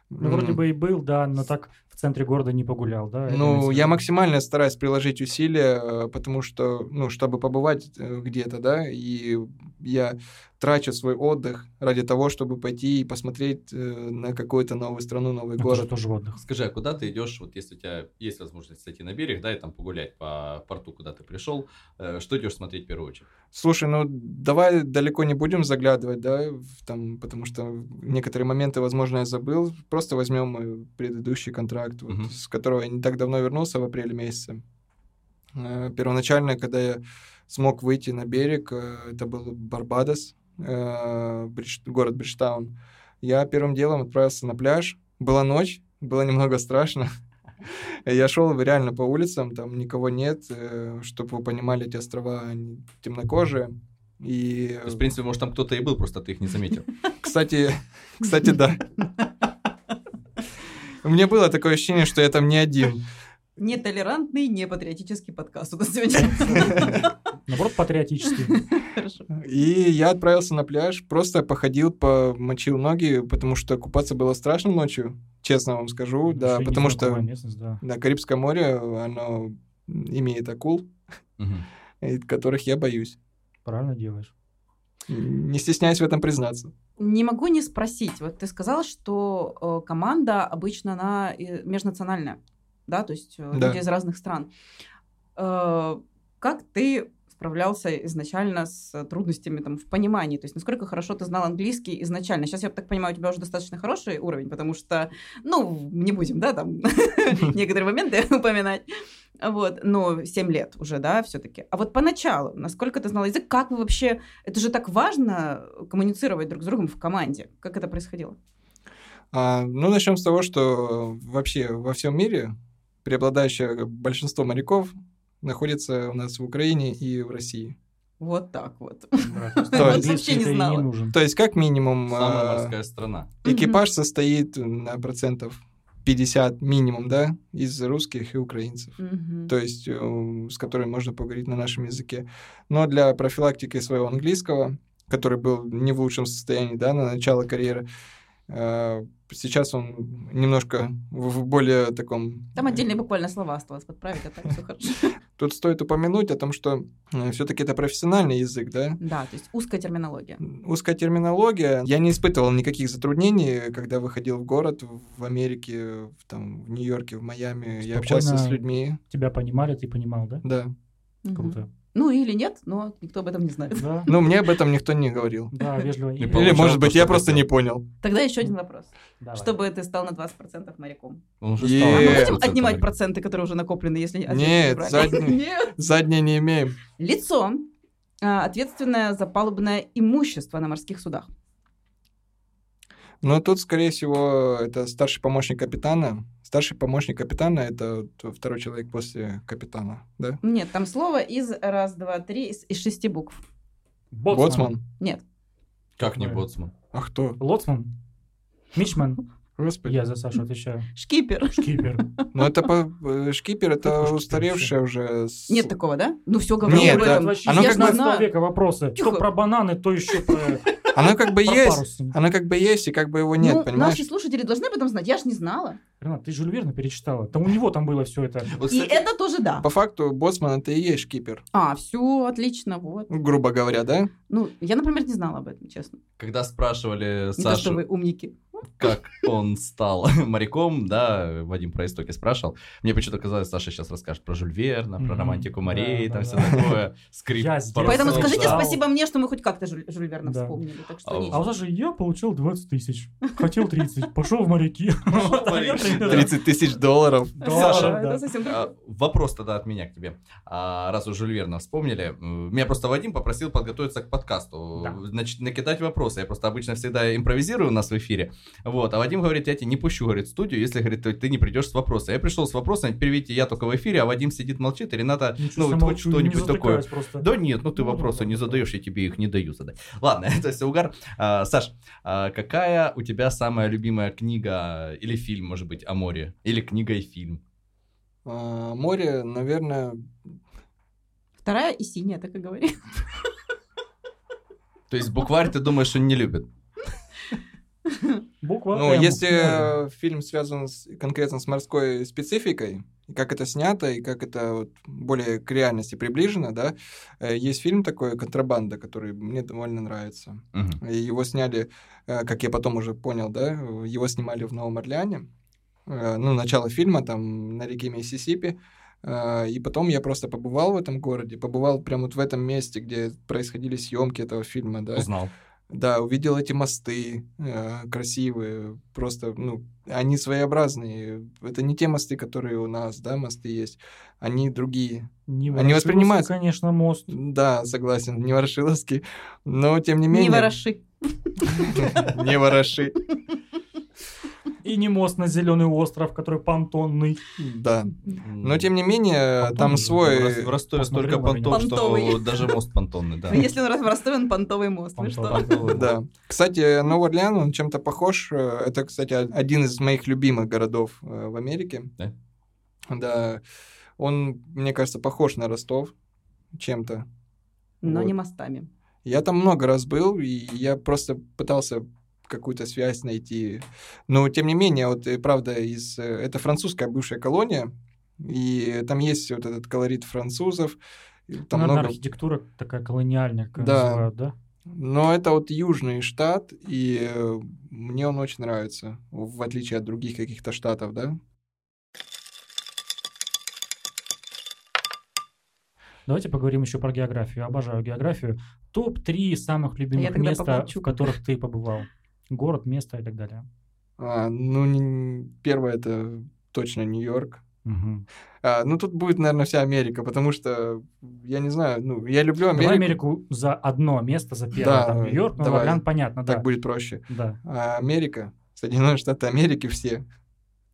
Speaker 2: Ну, вроде
Speaker 5: М.
Speaker 2: бы и был, да, но так в центре города не погулял, да?
Speaker 5: Ну,
Speaker 2: Или-
Speaker 5: я максимально стараюсь приложить усилия, э, потому что, ну, чтобы побывать э, где-то, да, и я трачу свой отдых ради того, чтобы пойти и посмотреть э, на какую-то новую страну, новый
Speaker 2: Это же
Speaker 5: город.
Speaker 2: Ну, тоже отдых.
Speaker 3: Скажи, а куда ты идешь, вот если у тебя есть возможность сойти на берег, да, и там погулять по порту, куда ты пришел, э, что идешь смотреть в первую очередь?
Speaker 5: Слушай, ну давай далеко не будем заглядывать, да, в там, потому что некоторые моменты, возможно, я забыл. Просто возьмем э, предыдущий контракт, вот,
Speaker 3: Мгм.
Speaker 5: с которого я не так давно вернулся в апреле месяце. Э, Первоначально, когда я смог выйти на берег, э, это был Барбадос, э, Бридж- город Бриджтаун. Я первым делом отправился на пляж. Была ночь, было немного страшно. Я шел реально по улицам, там никого нет, чтобы вы понимали, эти острова они темнокожие. И,
Speaker 3: То есть, в принципе, может, там кто-то и был, просто ты их не заметил.
Speaker 5: кстати, кстати, да. У меня было такое ощущение, что я там не один.
Speaker 4: Нетолерантный, непатриотический подкаст у нас сегодня.
Speaker 2: Наоборот, патриотический. Э,
Speaker 4: Хорошо.
Speaker 5: И я отправился на пляж, просто походил, помочил ноги, потому что купаться было страшно ночью, честно вам скажу, Ну да,
Speaker 2: Еще и
Speaker 5: потому что
Speaker 2: незнакомая местность, да.
Speaker 5: да, Карибское море, э, оно имеет акул,
Speaker 3: Мгм.
Speaker 5: э, которых я боюсь.
Speaker 2: Правильно делаешь.
Speaker 5: Не стесняюсь в этом признаться.
Speaker 4: Не могу не спросить. Вот ты сказал, что э, команда обычно она э, межнациональная, да, то есть э,
Speaker 5: Да.
Speaker 4: люди из разных стран. Э, Как ты справлялся изначально с э, трудностями там в понимании? То есть насколько хорошо ты знал английский изначально? Сейчас, я так понимаю, у тебя уже достаточно хороший уровень, потому что, ну, не будем, да, там некоторые моменты упоминать. Вот, но 7 лет уже, да, все-таки. А вот поначалу, насколько ты знал язык, как вы вообще, это же так важно э, коммуницировать друг с другом в команде. Как это происходило?
Speaker 5: А, ну, начнем с того, что вообще во всем мире преобладающее большинство моряков находится у нас в Украине и в России.
Speaker 4: Вот так вот.
Speaker 5: То есть-
Speaker 4: вообще не
Speaker 2: Английский-то и
Speaker 4: знала.
Speaker 2: нужен.
Speaker 5: То есть, как минимум,
Speaker 3: Самая
Speaker 5: а,
Speaker 3: морская страна.
Speaker 5: экипаж состоит на процентов 50 минимум, да, из русских и украинцев.
Speaker 4: Мгм.
Speaker 5: то есть э, с которыми можно поговорить на нашем языке. Но для профилактики своего английского, который был не в лучшем состоянии да, на начало карьеры, э, сейчас он немножко в, в более таком... э,
Speaker 4: Там отдельные буквально слова осталось подправить, а так все хорошо.
Speaker 5: Тут стоит упомянуть о том, что все-таки это профессиональный язык, да,
Speaker 4: Да, то есть узкая терминология.
Speaker 5: Узкая терминология. Я не испытывал никаких затруднений, когда выходил в город в Америке, в, там, в Нью-Йорке, в Майами.
Speaker 2: Спокойно.
Speaker 5: Я общался с людьми.
Speaker 2: Тебя понимали, ты понимал, да?
Speaker 5: Да.
Speaker 4: Мгм.
Speaker 2: Круто.
Speaker 4: Ну или нет, но никто об этом не знает.
Speaker 2: Да,
Speaker 5: Но Ну, мне об этом никто не говорил.
Speaker 2: да, вежливо.
Speaker 3: Не
Speaker 2: И-
Speaker 5: Или,
Speaker 3: Получал
Speaker 5: может
Speaker 3: то,
Speaker 5: быть,
Speaker 3: что
Speaker 5: я просто
Speaker 3: хотел.
Speaker 5: не понял.
Speaker 4: Тогда еще один вопрос.
Speaker 2: Давай.
Speaker 4: Чтобы ты стал на 20% моряком.
Speaker 3: Он уже
Speaker 5: Е-
Speaker 3: стал
Speaker 5: А
Speaker 4: Мы
Speaker 5: мы Э,
Speaker 3: морским
Speaker 4: будем
Speaker 3: центром.
Speaker 4: отнимать проценты, которые уже накоплены, если... ответ
Speaker 5: Нет,
Speaker 4: неправильный?
Speaker 5: задний.
Speaker 4: Нет.
Speaker 5: Заднее не имеем.
Speaker 4: Лицо, а, ответственное за палубное имущество на морских судах.
Speaker 5: Но тут, скорее всего, это старший помощник капитана. Старший помощник капитана — это вот второй человек после капитана, да?
Speaker 4: Нет, там слово из раз, два, три, из, из шести букв.
Speaker 5: Боцман.
Speaker 4: Нет.
Speaker 3: Как не
Speaker 2: Ой.
Speaker 3: боцман?
Speaker 5: А кто?
Speaker 2: Лоцман. Мичман.
Speaker 5: Господи.
Speaker 2: Я за Сашу отвечаю.
Speaker 4: Шкипер.
Speaker 2: Шкипер.
Speaker 5: Ну, это по- э, шкипер,
Speaker 2: Какой
Speaker 5: это
Speaker 2: шкипер
Speaker 5: устаревшая уже... с-
Speaker 4: Нет такого, да? Ну все, говорю
Speaker 5: Нет,
Speaker 4: об
Speaker 5: да.
Speaker 4: этом.
Speaker 2: а Вообще,
Speaker 5: Оно
Speaker 2: я
Speaker 4: как бы-
Speaker 2: знаю с века вопросы.
Speaker 4: Тихо.
Speaker 2: То про бананы, то еще про
Speaker 5: Оно как бы
Speaker 2: про
Speaker 5: есть,
Speaker 2: парусы.
Speaker 5: оно как бы есть, и как бы его нет,
Speaker 4: ну,
Speaker 5: понимаешь?
Speaker 4: наши слушатели должны об этом знать. Я ж не знала.
Speaker 2: Ренат, ты Жюль Верна перечитала. Там у него там было все это.
Speaker 3: Вот,
Speaker 4: И
Speaker 3: кстати,
Speaker 4: это тоже да.
Speaker 5: По факту, боцман — это и есть шкипер,
Speaker 4: А, все, отлично, вот.
Speaker 5: ну, грубо говоря, да?
Speaker 4: Ну, я, например, не знала об этом, честно.
Speaker 3: Когда спрашивали
Speaker 4: Не то, что
Speaker 3: Сашу,
Speaker 4: вы умники.
Speaker 3: как он стал моряком, да, Вадим про истоки спрашивал. Мне почему-то казалось, Саша сейчас расскажет про Жюль Верна, про
Speaker 2: Мгм.
Speaker 3: романтику морей,
Speaker 2: Да,
Speaker 3: там
Speaker 2: да,
Speaker 3: все
Speaker 2: да.
Speaker 3: такое, скрип.
Speaker 2: Я здесь.
Speaker 3: парусов,
Speaker 4: Поэтому
Speaker 2: Просто
Speaker 4: скажите
Speaker 3: да.
Speaker 4: спасибо мне, что мы хоть как-то Жюль, Жюль Верна
Speaker 2: Да.
Speaker 4: вспомнили. Так что
Speaker 3: А,
Speaker 4: ничего.
Speaker 2: А вот же я получил 20 тысяч. Хотел 30. Пошел в моряки.
Speaker 3: Пошёл в
Speaker 2: Да, я
Speaker 3: моряки.
Speaker 2: примерно-
Speaker 5: 30 тысяч долларов.
Speaker 2: Да,
Speaker 3: Саша,
Speaker 2: да.
Speaker 4: это совсем
Speaker 3: А,
Speaker 4: другое.
Speaker 3: Вопрос тогда от меня к тебе. А, Раз уж Жюль Верна вспомнили, м, меня просто Вадим попросил подготовиться к подкасту,
Speaker 2: Да.
Speaker 3: значит, накидать вопросы. Я просто обычно всегда импровизирую у нас в эфире. Вот, а Вадим говорит, я тебя не пущу, говорит, в студию, если, говорит, ты- ты не придешь с вопроса. Я пришел с вопросом, переведите, я только в эфире, а Вадим сидит, молчит, и Рената,
Speaker 2: Ничего,
Speaker 3: ну, вот
Speaker 2: самого
Speaker 3: хоть
Speaker 2: чего не
Speaker 3: что-нибудь такое.
Speaker 2: затыкаюсь просто.
Speaker 3: Да нет, ну ты
Speaker 2: Ну,
Speaker 3: вопросы
Speaker 2: ладно,
Speaker 3: не
Speaker 2: ладно.
Speaker 3: задаешь, я тебе их не даю задать. Ладно, это все угар. А, Саш, а, какая у тебя самая любимая книга или фильм, может быть, о море? Или книга и фильм?
Speaker 5: А, море, наверное,
Speaker 4: Вторая и синяя, так и говори.
Speaker 3: То есть букварь, ты думаешь, он не любит?
Speaker 2: Буква
Speaker 5: Ну,
Speaker 2: «М».
Speaker 5: если э, фильм связан с, конкретно с морской спецификой, и как это снято, и как это вот более к реальности приближено, да, э, есть фильм такой «Контрабанда», который мне довольно нравится.
Speaker 3: Мгм.
Speaker 5: И его сняли, э, как я потом уже понял, да, э, его снимали в Новом Орлеане, Э, ну, начало фильма там на реке Миссисипи, Э, и потом я просто побывал в этом городе, побывал прямо вот в этом месте, где происходили съемки этого фильма, да.
Speaker 3: Узнал.
Speaker 5: Да, увидел эти мосты э, красивые, просто, ну, они своеобразные. Это не те мосты, которые у нас, да, мосты есть, они другие.
Speaker 2: Не
Speaker 5: Они воспринимают-
Speaker 2: ворошился, конечно, мост.
Speaker 5: Да, согласен, не ворошиловский, но тем не
Speaker 4: Не
Speaker 5: менее...
Speaker 4: вороши.
Speaker 5: Не вороши.
Speaker 2: И не мост на зеленый остров, который понтонный.
Speaker 5: Да. Но
Speaker 3: Ну,
Speaker 5: тем не менее,
Speaker 2: Понтон
Speaker 5: там
Speaker 2: же,
Speaker 3: В Рос-
Speaker 5: свой...
Speaker 3: В Ростове
Speaker 2: посмотрел
Speaker 3: столько
Speaker 2: на меня.
Speaker 3: понтов, что
Speaker 4: Понтовый.
Speaker 3: даже мост понтонный, да.
Speaker 4: А Если он раз в Ростове, он понтовый мост. Вы что?
Speaker 2: Понтовый.
Speaker 5: э, Да. Кстати, Новый Орлеан, он чем-то похож. Э, Это, кстати, о- один из моих любимых городов э, в Америке.
Speaker 3: Да?
Speaker 5: Да. Он, мне кажется, похож на Ростов чем-то.
Speaker 4: Но
Speaker 5: Вот.
Speaker 4: не мостами.
Speaker 5: Я там много раз был, и я просто пытался какую-то связь найти. Но, тем не менее, вот, и правда, из... э, это французская бывшая колония, и там есть вот этот колорит французов. и Там
Speaker 2: Там
Speaker 5: много...
Speaker 2: Ну, архитектура такая колониальная, как
Speaker 5: Да.
Speaker 2: называют, да?
Speaker 5: Но это вот южный штат, и э, мне он очень нравится, в отличие от других каких-то штатов, да?
Speaker 2: Давайте поговорим еще про географию. Обожаю географию. Топ-3 самых
Speaker 4: Я
Speaker 2: любимых
Speaker 4: тогда
Speaker 2: места,
Speaker 4: помолчу
Speaker 2: в
Speaker 4: пока.
Speaker 2: которых ты побывал. Город, место и так далее.
Speaker 5: А, ну, не- первое это точно Нью-Йорк.
Speaker 2: Мгм.
Speaker 5: А, ну, тут будет, наверное, вся Америка, потому что, я не знаю, ну, я люблю Америку.
Speaker 2: Давай Америку за одно место, за первое.
Speaker 5: Да,
Speaker 2: там Нью-Йорк, ну,
Speaker 5: давай.
Speaker 2: Орлеан, понятно,
Speaker 5: Так
Speaker 2: да.
Speaker 5: будет проще.
Speaker 2: Да.
Speaker 5: А Америка, Соединенные Штаты Америки все.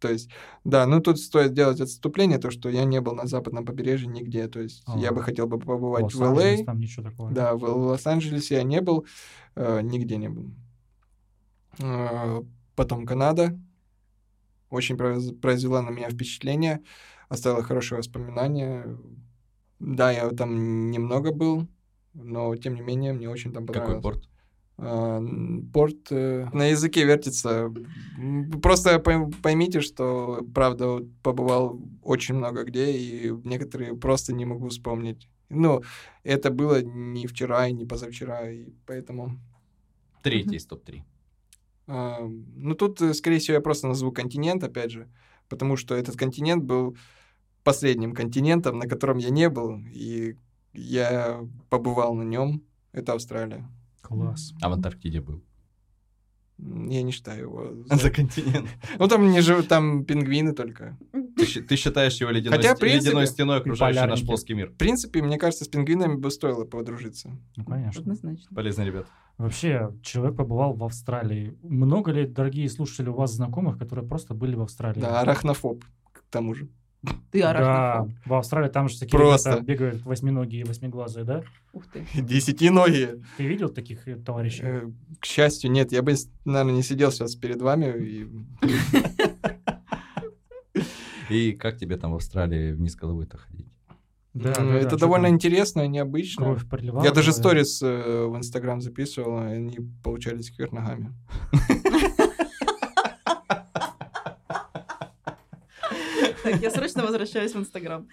Speaker 5: То есть, да, ну тут стоит сделать отступление, то, что я не был на западном побережье нигде. То есть, я
Speaker 2: А.
Speaker 5: бы хотел бы побывать в
Speaker 2: Лос-Анджелес,
Speaker 5: Л.А.,
Speaker 2: там ничего такого.
Speaker 5: да, в Лос-Анджелесе я не был, э, нигде не был. Э, потом Канада. Очень произ- произвела на меня впечатление, оставила хорошие воспоминания. Да, я там немного был, но тем не менее мне очень там понравилось.
Speaker 3: Какой порт?
Speaker 5: А, н- порт э, на языке вертится. М, Просто пойм- поймите, что, правда, вот побывал очень много где, и некоторые просто не могу вспомнить. Ну, это было не вчера и не позавчера, и поэтому...
Speaker 3: Третий из топ-3.
Speaker 5: а, ну, тут, э, скорее всего, я просто назову континент, опять же, потому что этот континент был последним континентом, на котором я не был, и я побывал на нем. Это Австралия.
Speaker 2: Класс.
Speaker 3: А в Антарктиде был.
Speaker 5: М, Я не считаю его... за-
Speaker 3: За континент.
Speaker 5: Ну, там не живут, там пингвины только.
Speaker 3: Ты, щи- ты считаешь его ледяной,
Speaker 5: Хотя,
Speaker 3: ст-
Speaker 5: в принципе,
Speaker 3: ледяной стеной, окружающей наш
Speaker 2: полярники.
Speaker 3: плоский мир?
Speaker 5: В принципе, мне кажется, с пингвинами бы стоило подружиться.
Speaker 2: Ну, конечно.
Speaker 4: Однозначно.
Speaker 3: Полезно, ребят.
Speaker 2: Вообще, человек побывал в Австралии. Много ли, дорогие слушатели, у вас знакомых, которые просто были в Австралии?
Speaker 5: Да, арахнофоб, к тому же.
Speaker 4: Ты
Speaker 2: Да,
Speaker 4: арахнофоб.
Speaker 2: в Австралии там же такие
Speaker 5: Просто.
Speaker 2: ребята бегают восьминогие и восьмиглазые, да?
Speaker 4: Ух ты.
Speaker 5: Десятиногие.
Speaker 2: Ты видел таких э, товарищей?
Speaker 5: Э, К счастью, нет, я бы, наверное, не сидел сейчас перед вами. и- Ну,
Speaker 3: И как тебе там в Австралии вниз головой-то ходить?
Speaker 2: Да,
Speaker 5: М,
Speaker 2: да, да,
Speaker 5: Это
Speaker 2: чё
Speaker 5: довольно
Speaker 2: там?
Speaker 5: интересно, необычно.
Speaker 2: Кровь приливала.
Speaker 5: Я даже
Speaker 2: да?
Speaker 5: сторис э, в Инстаграм записывал, и они получались кверх ногами.
Speaker 4: Так, я срочно возвращаюсь в Инстаграм.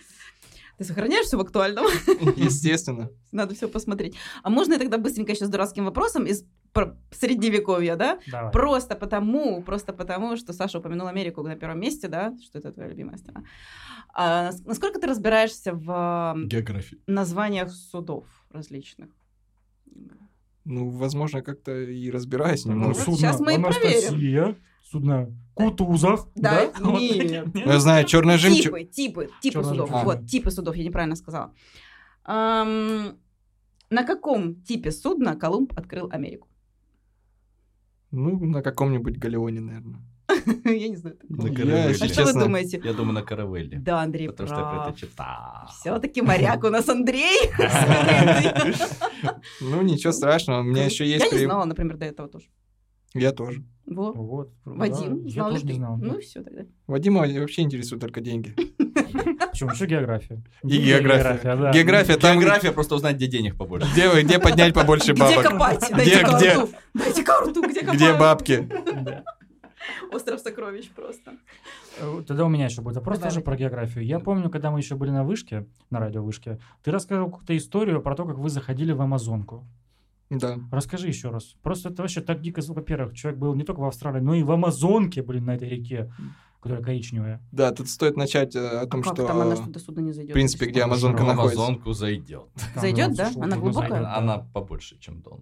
Speaker 4: Ты сохраняешься в актуальном?
Speaker 5: Естественно.
Speaker 4: Надо все посмотреть. А можно я тогда быстренько еще с дурацким вопросом из про- средневековья, да?
Speaker 2: Давай.
Speaker 4: Просто потому, просто потому, что Саша упомянул Америку на первом месте, да, что это твоя любимая страна. А нас- насколько ты разбираешься в э,
Speaker 3: География.
Speaker 4: названиях судов различных?
Speaker 5: Ну, возможно, как-то и разбираюсь
Speaker 2: Ну,
Speaker 5: немного.
Speaker 4: вот сейчас мы и
Speaker 2: Анастасия, судно Кутузов.
Speaker 4: Да?
Speaker 2: Вот такие,
Speaker 4: Нет.
Speaker 5: Ну, Я знаю, черная жемчуг.
Speaker 4: Типы, типы, типы
Speaker 2: Чёрная
Speaker 4: судов.
Speaker 5: жемчужина.
Speaker 4: Вот, типы судов, я неправильно сказала. Ам, На каком типе судна Колумб открыл Америку?
Speaker 5: Ну, на каком-нибудь галеоне, наверное.
Speaker 4: Я не знаю.
Speaker 3: На
Speaker 5: Я,
Speaker 3: каравелле.
Speaker 5: если
Speaker 4: А что вы
Speaker 5: честно,
Speaker 4: думаете?
Speaker 3: Я думаю, на каравелле.
Speaker 4: Да, Андрей
Speaker 3: Потому что я про
Speaker 4: прав.
Speaker 3: это читал.
Speaker 4: Все-таки моряк у нас Андрей.
Speaker 5: Ну, ничего страшного, у меня еще есть...
Speaker 4: Я не
Speaker 5: при-
Speaker 4: знала, например, до этого тоже.
Speaker 5: Я тоже.
Speaker 4: Во.
Speaker 2: Вот. да,
Speaker 4: Вадим,
Speaker 2: Я
Speaker 4: знал ли
Speaker 2: тоже не
Speaker 4: ты?
Speaker 2: знал.
Speaker 4: Ну все тогда.
Speaker 5: Вадима вообще интересуют только деньги.
Speaker 2: Причем еще география.
Speaker 5: И география.
Speaker 2: да.
Speaker 5: География там, где-
Speaker 3: География, просто узнать, где денег побольше.
Speaker 5: где, где поднять побольше
Speaker 4: Где
Speaker 5: бабок.
Speaker 4: копать? Дайте
Speaker 5: где?
Speaker 4: карту. Дайте карту, где копать?
Speaker 5: Где бабки?
Speaker 2: Да.
Speaker 4: Остров сокровищ просто.
Speaker 2: Э, Тогда у меня еще будет вопрос
Speaker 4: Давай.
Speaker 2: тоже про географию. Я помню, когда мы еще были на вышке, на радиовышке, ты рассказывал какую-то историю про то, как вы заходили в Амазонку.
Speaker 5: Да.
Speaker 2: Расскажи еще раз. Просто это вообще так дико... зву- Во-первых, человек был не только в Австралии, но и в Амазонке, блин, на этой реке, которая коричневая.
Speaker 5: Да, тут стоит начать э, о том,
Speaker 4: А Как
Speaker 5: что...
Speaker 4: там она
Speaker 5: э,
Speaker 4: что до суда не зайдет?
Speaker 5: в принципе, где Амазонка
Speaker 2: Ну,
Speaker 3: На
Speaker 5: находится.
Speaker 3: Амазонку зайдет.
Speaker 2: Там
Speaker 4: Зайдет,
Speaker 2: она
Speaker 4: да?
Speaker 2: сушила,
Speaker 4: Она
Speaker 2: ну,
Speaker 4: глубокая?
Speaker 2: зайдет, да.
Speaker 3: Она побольше, чем Дон.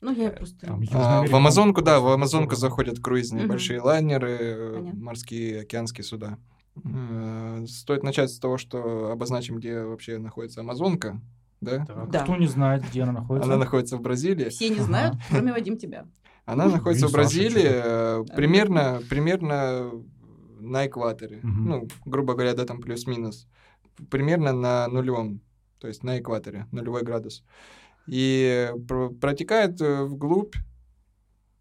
Speaker 4: Ну я просто...
Speaker 2: Там Южная
Speaker 5: А, В
Speaker 2: Америка,
Speaker 5: Амазонку, да, в
Speaker 2: просто
Speaker 5: Амазонку
Speaker 2: огромная.
Speaker 5: заходят круизные
Speaker 4: Мгм.
Speaker 5: большие лайнеры, э,
Speaker 4: Понятно.
Speaker 5: морские, океанские суда. Э, Стоит начать с того, что обозначим, где вообще находится Амазонка, да?
Speaker 2: Так,
Speaker 4: Да.
Speaker 2: Кто не знает, где она находится?
Speaker 5: Она находится в Бразилии.
Speaker 4: Все не
Speaker 2: Ага.
Speaker 4: знают, кроме Вадим тебя. А
Speaker 5: Она
Speaker 2: Ну,
Speaker 5: находится
Speaker 2: и
Speaker 5: в
Speaker 2: Саша,
Speaker 5: Бразилии
Speaker 2: чё?
Speaker 5: э, примерно, примерно на экваторе.
Speaker 2: Мгм.
Speaker 5: Ну, грубо говоря, да, там плюс-минус. Примерно на нулевом, то есть на экваторе, нулевой градус. И про- протекает э, вглубь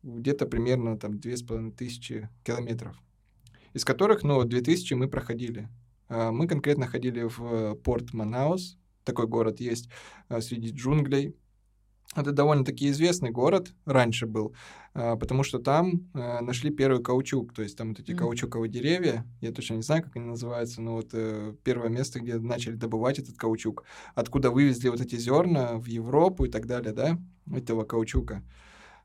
Speaker 5: где-то примерно там две с половиной тысячи километров, из которых, ну, две тысячи мы проходили. А Мы конкретно ходили в э, порт Манаус, такой город есть э, среди джунглей. Это довольно-таки известный город, раньше был, а, потому что там э, нашли первый каучук, то есть там вот эти
Speaker 4: Мгм.
Speaker 5: каучуковые деревья, я точно не знаю, как они называются, но вот э, первое место, где начали добывать этот каучук, откуда вывезли вот эти зерна в Э, Европу и так далее, да, этого каучука,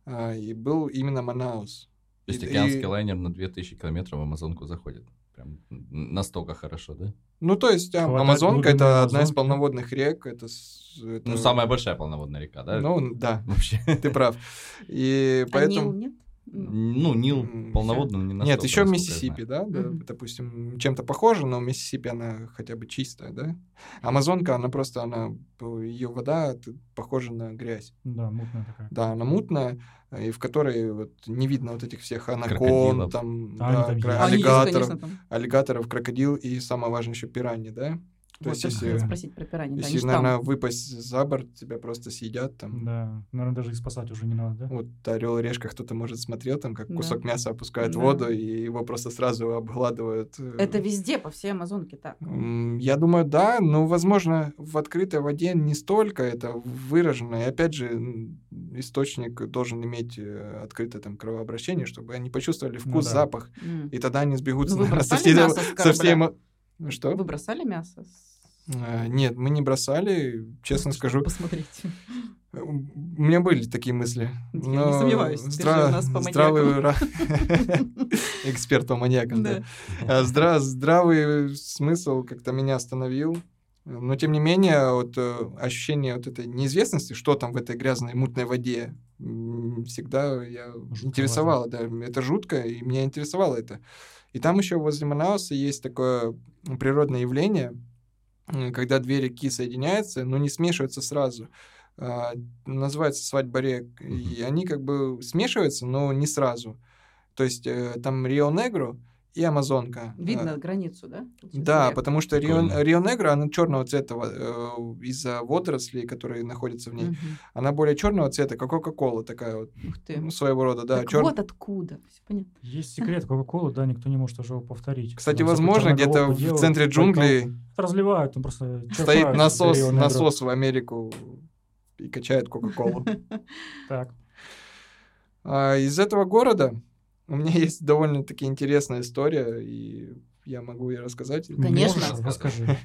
Speaker 5: А, и был именно Манаус.
Speaker 3: То есть
Speaker 5: И-
Speaker 3: океанский
Speaker 5: и-
Speaker 3: лайнер на 2000 километров в Амазонку заходит. Прям н- настолько хорошо, да?
Speaker 5: Ну, то есть, а,
Speaker 2: Хватать
Speaker 5: Амазонка —
Speaker 2: глубины
Speaker 5: это одна из
Speaker 2: Амазонки.
Speaker 5: полноводных рек. Это, с- это-
Speaker 3: Ну, самая большая полноводная река, да?
Speaker 5: Ну, да,
Speaker 3: Вообще.
Speaker 5: ты прав. И
Speaker 4: А Нил
Speaker 5: поэтому...
Speaker 4: нет?
Speaker 3: Ну, Нил
Speaker 5: М,
Speaker 3: полноводный не настолько,
Speaker 5: Нет, еще
Speaker 3: насколько я
Speaker 5: Миссисипи, да, да,
Speaker 4: Мгм.
Speaker 5: допустим, чем-то похоже, но Миссисипи, она хотя бы чистая, да? Амазонка, она просто, она, ее вода это похожа на грязь.
Speaker 2: Да, мутная такая.
Speaker 5: Да, она мутная, э, и в которой вот не видно вот этих всех анакон,
Speaker 3: Крокодилов.
Speaker 5: там,
Speaker 2: Да, они
Speaker 5: да,
Speaker 2: там
Speaker 5: кра-
Speaker 2: есть.
Speaker 4: А, они есть,
Speaker 5: аллигаторов,
Speaker 4: конечно, там.
Speaker 5: аллигаторов, крокодил и, самое важное, еще пираньи, да?
Speaker 4: Вот,
Speaker 5: То есть,
Speaker 4: только хотела
Speaker 5: если,
Speaker 4: спросить про пираньи. да, они
Speaker 5: если,
Speaker 4: ж там.
Speaker 5: наверное, выпасть за борт, тебя просто съедят там.
Speaker 2: Да, наверное, даже их спасать уже не надо, да?
Speaker 5: Вот орел и решка кто-то, может, смотрел, там, как
Speaker 4: Да.
Speaker 5: кусок мяса опускают в
Speaker 4: Да.
Speaker 5: воду, и его просто сразу обгладывают. э,
Speaker 4: Это везде, по всей Амазонке так.
Speaker 5: М, Я думаю, да, но, возможно, в открытой воде не столько это выражено. И опять же, м, источник должен иметь э, открытое там кровообращение, чтобы они почувствовали
Speaker 2: Ну
Speaker 5: вкус,
Speaker 2: да.
Speaker 5: запах,
Speaker 4: М.
Speaker 5: и тогда они сбегутся
Speaker 4: Ну, вы
Speaker 5: наверно, со
Speaker 4: бросали
Speaker 5: всей-
Speaker 4: мясо с
Speaker 5: со всей
Speaker 4: корабля?
Speaker 5: мо- Что?
Speaker 4: Вы бросали мясо? С-
Speaker 5: Э, Нет, мы не бросали, честно скажу.
Speaker 4: Посмотрите.
Speaker 5: э, У меня были такие мысли.
Speaker 4: Я не сомневаюсь, ты же у нас по
Speaker 5: Ну, здравый
Speaker 4: маньякам.
Speaker 5: ра- Эксперт по маньякам, да.
Speaker 4: Да.
Speaker 5: А здра- здравый смысл как-то меня остановил. Но, тем не менее, вот э, ощущение вот этой неизвестности, что там в этой грязной мутной воде, м, всегда я интересовало. Да, это жутко, и меня интересовало это. И там еще возле Манауса есть такое природное явление, м, когда две реки соединяются, но не смешиваются сразу. А, Называется свадьба рек. И они как бы смешиваются, но не сразу. То есть э, там Рио-Негро и Амазонка. А,
Speaker 4: Видно границу, да?
Speaker 5: да, потому что Рио,
Speaker 3: Прикольно.
Speaker 5: Негро, она черного цвета во- э, из-за водорослей, которые находятся в ней.
Speaker 4: Мгм.
Speaker 5: Она более черного цвета, как Кока-Кола такая вот,
Speaker 4: Ух ты.
Speaker 5: ну, своего рода, да.
Speaker 4: так
Speaker 5: чёр-
Speaker 4: вот откуда. Всё понятно.
Speaker 2: Есть секрет Кока-Колы, да, никто не может уже его повторить.
Speaker 5: Кстати,
Speaker 2: Там всякую
Speaker 5: возможно, где-то
Speaker 2: черноголовку
Speaker 5: в
Speaker 2: делают,
Speaker 5: центре
Speaker 2: поэтому
Speaker 5: джунглей
Speaker 2: это Разливают, там просто
Speaker 5: стоит
Speaker 2: черпают
Speaker 5: насос,
Speaker 2: Рио-Негро.
Speaker 5: насос в Америку и качает Кока-Колу.
Speaker 2: Так,
Speaker 5: А Из этого города у меня есть довольно-таки интересная история, и я могу ее рассказать.
Speaker 4: Конечно.
Speaker 2: можешь, расскажи.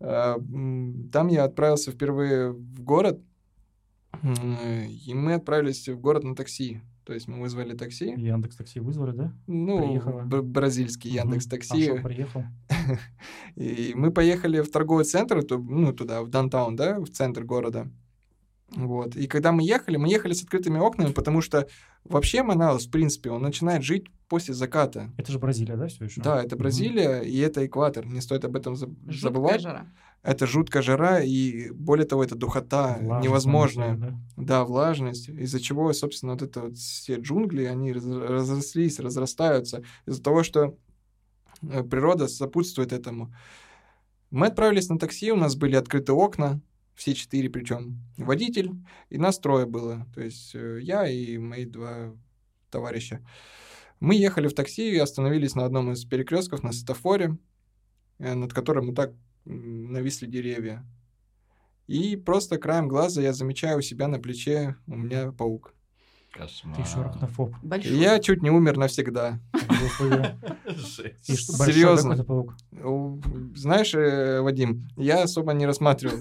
Speaker 5: А, м, Там я отправился впервые в город, м, и мы отправились в город на такси. То есть мы вызвали такси,
Speaker 2: Яндекс такси вызвали, да?
Speaker 5: ну,
Speaker 2: Приехала.
Speaker 5: б- бразильский Яндекс такси.
Speaker 2: Пошел, приехал.
Speaker 5: И мы поехали в торговый центр, ту- ну, туда, в даунтаун, да, в центр города. Вот. И когда мы ехали, мы ехали с открытыми окнами, потому что вообще Манаус, в принципе, он начинает жить после заката.
Speaker 2: Это же Бразилия, да, все еще?
Speaker 5: Да, это Бразилия и это экватор. Не стоит об этом заб-
Speaker 4: Жуткая
Speaker 5: забывать.
Speaker 4: жара.
Speaker 5: Это жуткая жара, и более того, это духота невозможная.
Speaker 2: Да?
Speaker 5: Да, влажность, из-за чего, собственно, вот это вот все джунгли, они раз- разрослись, разрастаются, из-за того, что э, природа сопутствует этому. Мы отправились на такси, у нас были открыты окна, все четыре причем, водитель, и нас трое было, то есть э, я и мои два товарища. Мы ехали в такси и остановились на одном из перекрестков на светофоре, э, над которым и так м, нависли деревья. И просто краем глаза я замечаю у себя на плече у меня паук.
Speaker 3: Кошмар.
Speaker 2: Ты еще арахнофоб.
Speaker 5: И
Speaker 4: Большой.
Speaker 5: я чуть не умер навсегда.
Speaker 2: Господи.
Speaker 3: Жесть.
Speaker 2: И
Speaker 5: Что,
Speaker 2: что, большой
Speaker 5: серьезно?
Speaker 2: какой-то паук?
Speaker 5: У- Знаешь, э, Вадим, я особо не рассматривал.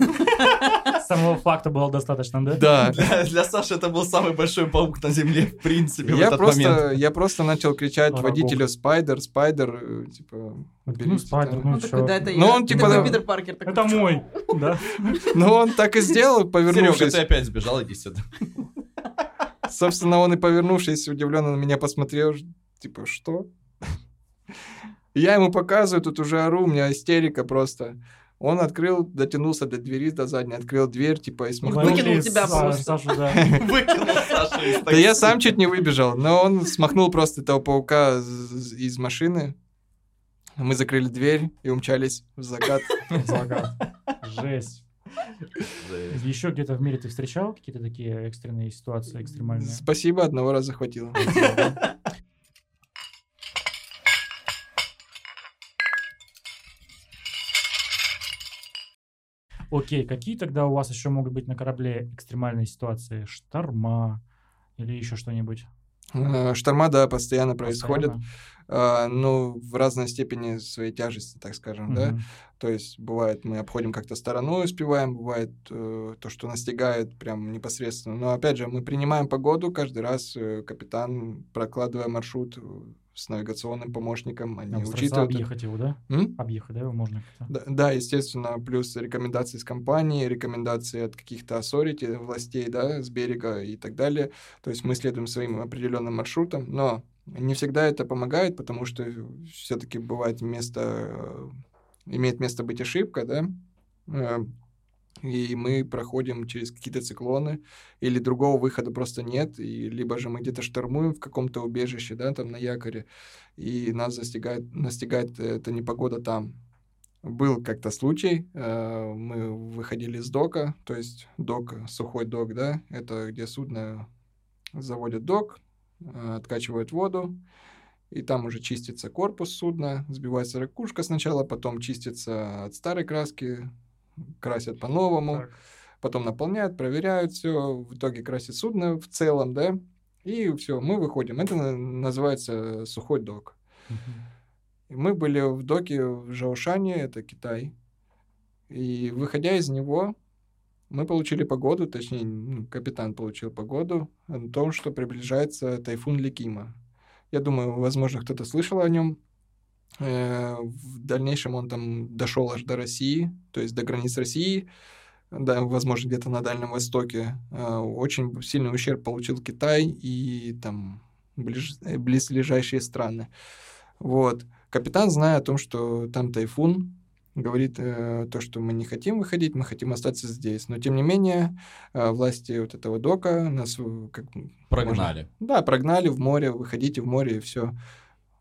Speaker 2: Самого факта было достаточно, да?
Speaker 5: Да.
Speaker 3: Для, для Саши это был самый большой паук на Земле, в принципе, в
Speaker 5: Я
Speaker 3: этот момент.
Speaker 5: просто, я просто начал кричать
Speaker 2: Врагов.
Speaker 5: водителю «Спайдер, Спайдер!» э, Типа,
Speaker 2: Вот, Ну,
Speaker 5: Берите,
Speaker 2: спайдер,
Speaker 5: да.
Speaker 2: ну
Speaker 4: Он такой,
Speaker 2: чё.
Speaker 4: да, это
Speaker 5: Ну,
Speaker 4: я.
Speaker 5: он типа,
Speaker 4: Такой
Speaker 5: да.
Speaker 4: Питер Паркер. такой,
Speaker 2: Это мой, да?
Speaker 5: Но ну, он так и сделал,
Speaker 3: Серега,
Speaker 5: повернувшись.
Speaker 3: ты опять сбежал, иди сюда.
Speaker 5: Собственно, он и повернувшись, удивленно на меня посмотрел, ж- типа, что? Я ему показываю, тут уже ору, у меня истерика просто. Он открыл, дотянулся до двери, до задней, открыл дверь, типа, и смахнул.
Speaker 4: Выкинул
Speaker 2: Валерий
Speaker 4: тебя
Speaker 2: Са-
Speaker 4: просто.
Speaker 2: Сашу, да.
Speaker 3: Выкинул Сашу из
Speaker 5: Да я сам чуть не выбежал, но он смахнул просто этого паука з- из машины. Мы закрыли дверь и умчались в закат.
Speaker 2: Благо. Жесть.
Speaker 3: такси.
Speaker 2: Еще где-то в мире ты встречал какие-то такие экстренные ситуации, экстремальные?
Speaker 5: Спасибо, одного раза хватило.
Speaker 2: Окей, какие тогда у вас еще могут быть на корабле экстремальные ситуации? Шторма или еще что-нибудь?
Speaker 5: Э, Шторма, да, постоянно происходят,
Speaker 2: Постоянно.
Speaker 5: э, ну, в разной степени своей тяжести, так скажем, да.
Speaker 2: Мгм.
Speaker 5: То есть бывает мы обходим как-то стороной, успеваем, бывает э, то, что настигает прям непосредственно. Но опять же, мы принимаем погоду, каждый раз э, капитан, прокладывая маршрут э, с навигационным помощником, они
Speaker 2: Там стараться
Speaker 5: учитывают.
Speaker 2: объехать его, да?
Speaker 5: М?
Speaker 2: Объехать, да, его можно как-то.
Speaker 5: Да, да, естественно, плюс рекомендации с компании, рекомендации от каких-то authority, властей, да, с берега и так далее. То есть мы следуем своим определенным маршрутам, но не всегда это помогает, потому что все-таки бывает место, э, имеет место быть ошибка, да, Э, и мы проходим через какие-то циклоны, или другого выхода просто нет, и либо же мы где-то штормуем в каком-то убежище, да, там на якоре, и нас застигает, настигает эта непогода там. Был как-то случай, э, мы выходили из дока, то есть док, сухой док, да, это где судно заводит док, э, откачивают воду, и там уже чистится корпус судна, сбивается ракушка сначала, потом чистится от старой краски, красят по-новому,
Speaker 2: Так.
Speaker 5: потом наполняют, проверяют все, в итоге красят судно в целом, да, и все, мы выходим. Это на- называется сухой док.
Speaker 2: Мгм.
Speaker 5: И Мы были в доке в Жаушане, это Китай. И выходя из него, мы получили погоду, точнее, ну, капитан получил погоду о том, что приближается тайфун Ликима. Я думаю, возможно, кто-то слышал о нем. Э, В дальнейшем он там дошел аж до России, то есть до границ России, да, возможно, где-то на Дальнем Востоке. Э, Очень сильный ущерб получил Китай и там ближ- э, близлежащие страны. Вот. Капитан, зная о том, что там тайфун, говорит э, то, что мы не хотим выходить, мы хотим остаться здесь. Но, тем не менее, э, власти вот этого дока нас э, как
Speaker 3: Прогнали.
Speaker 5: да, прогнали в море, выходите в море и все.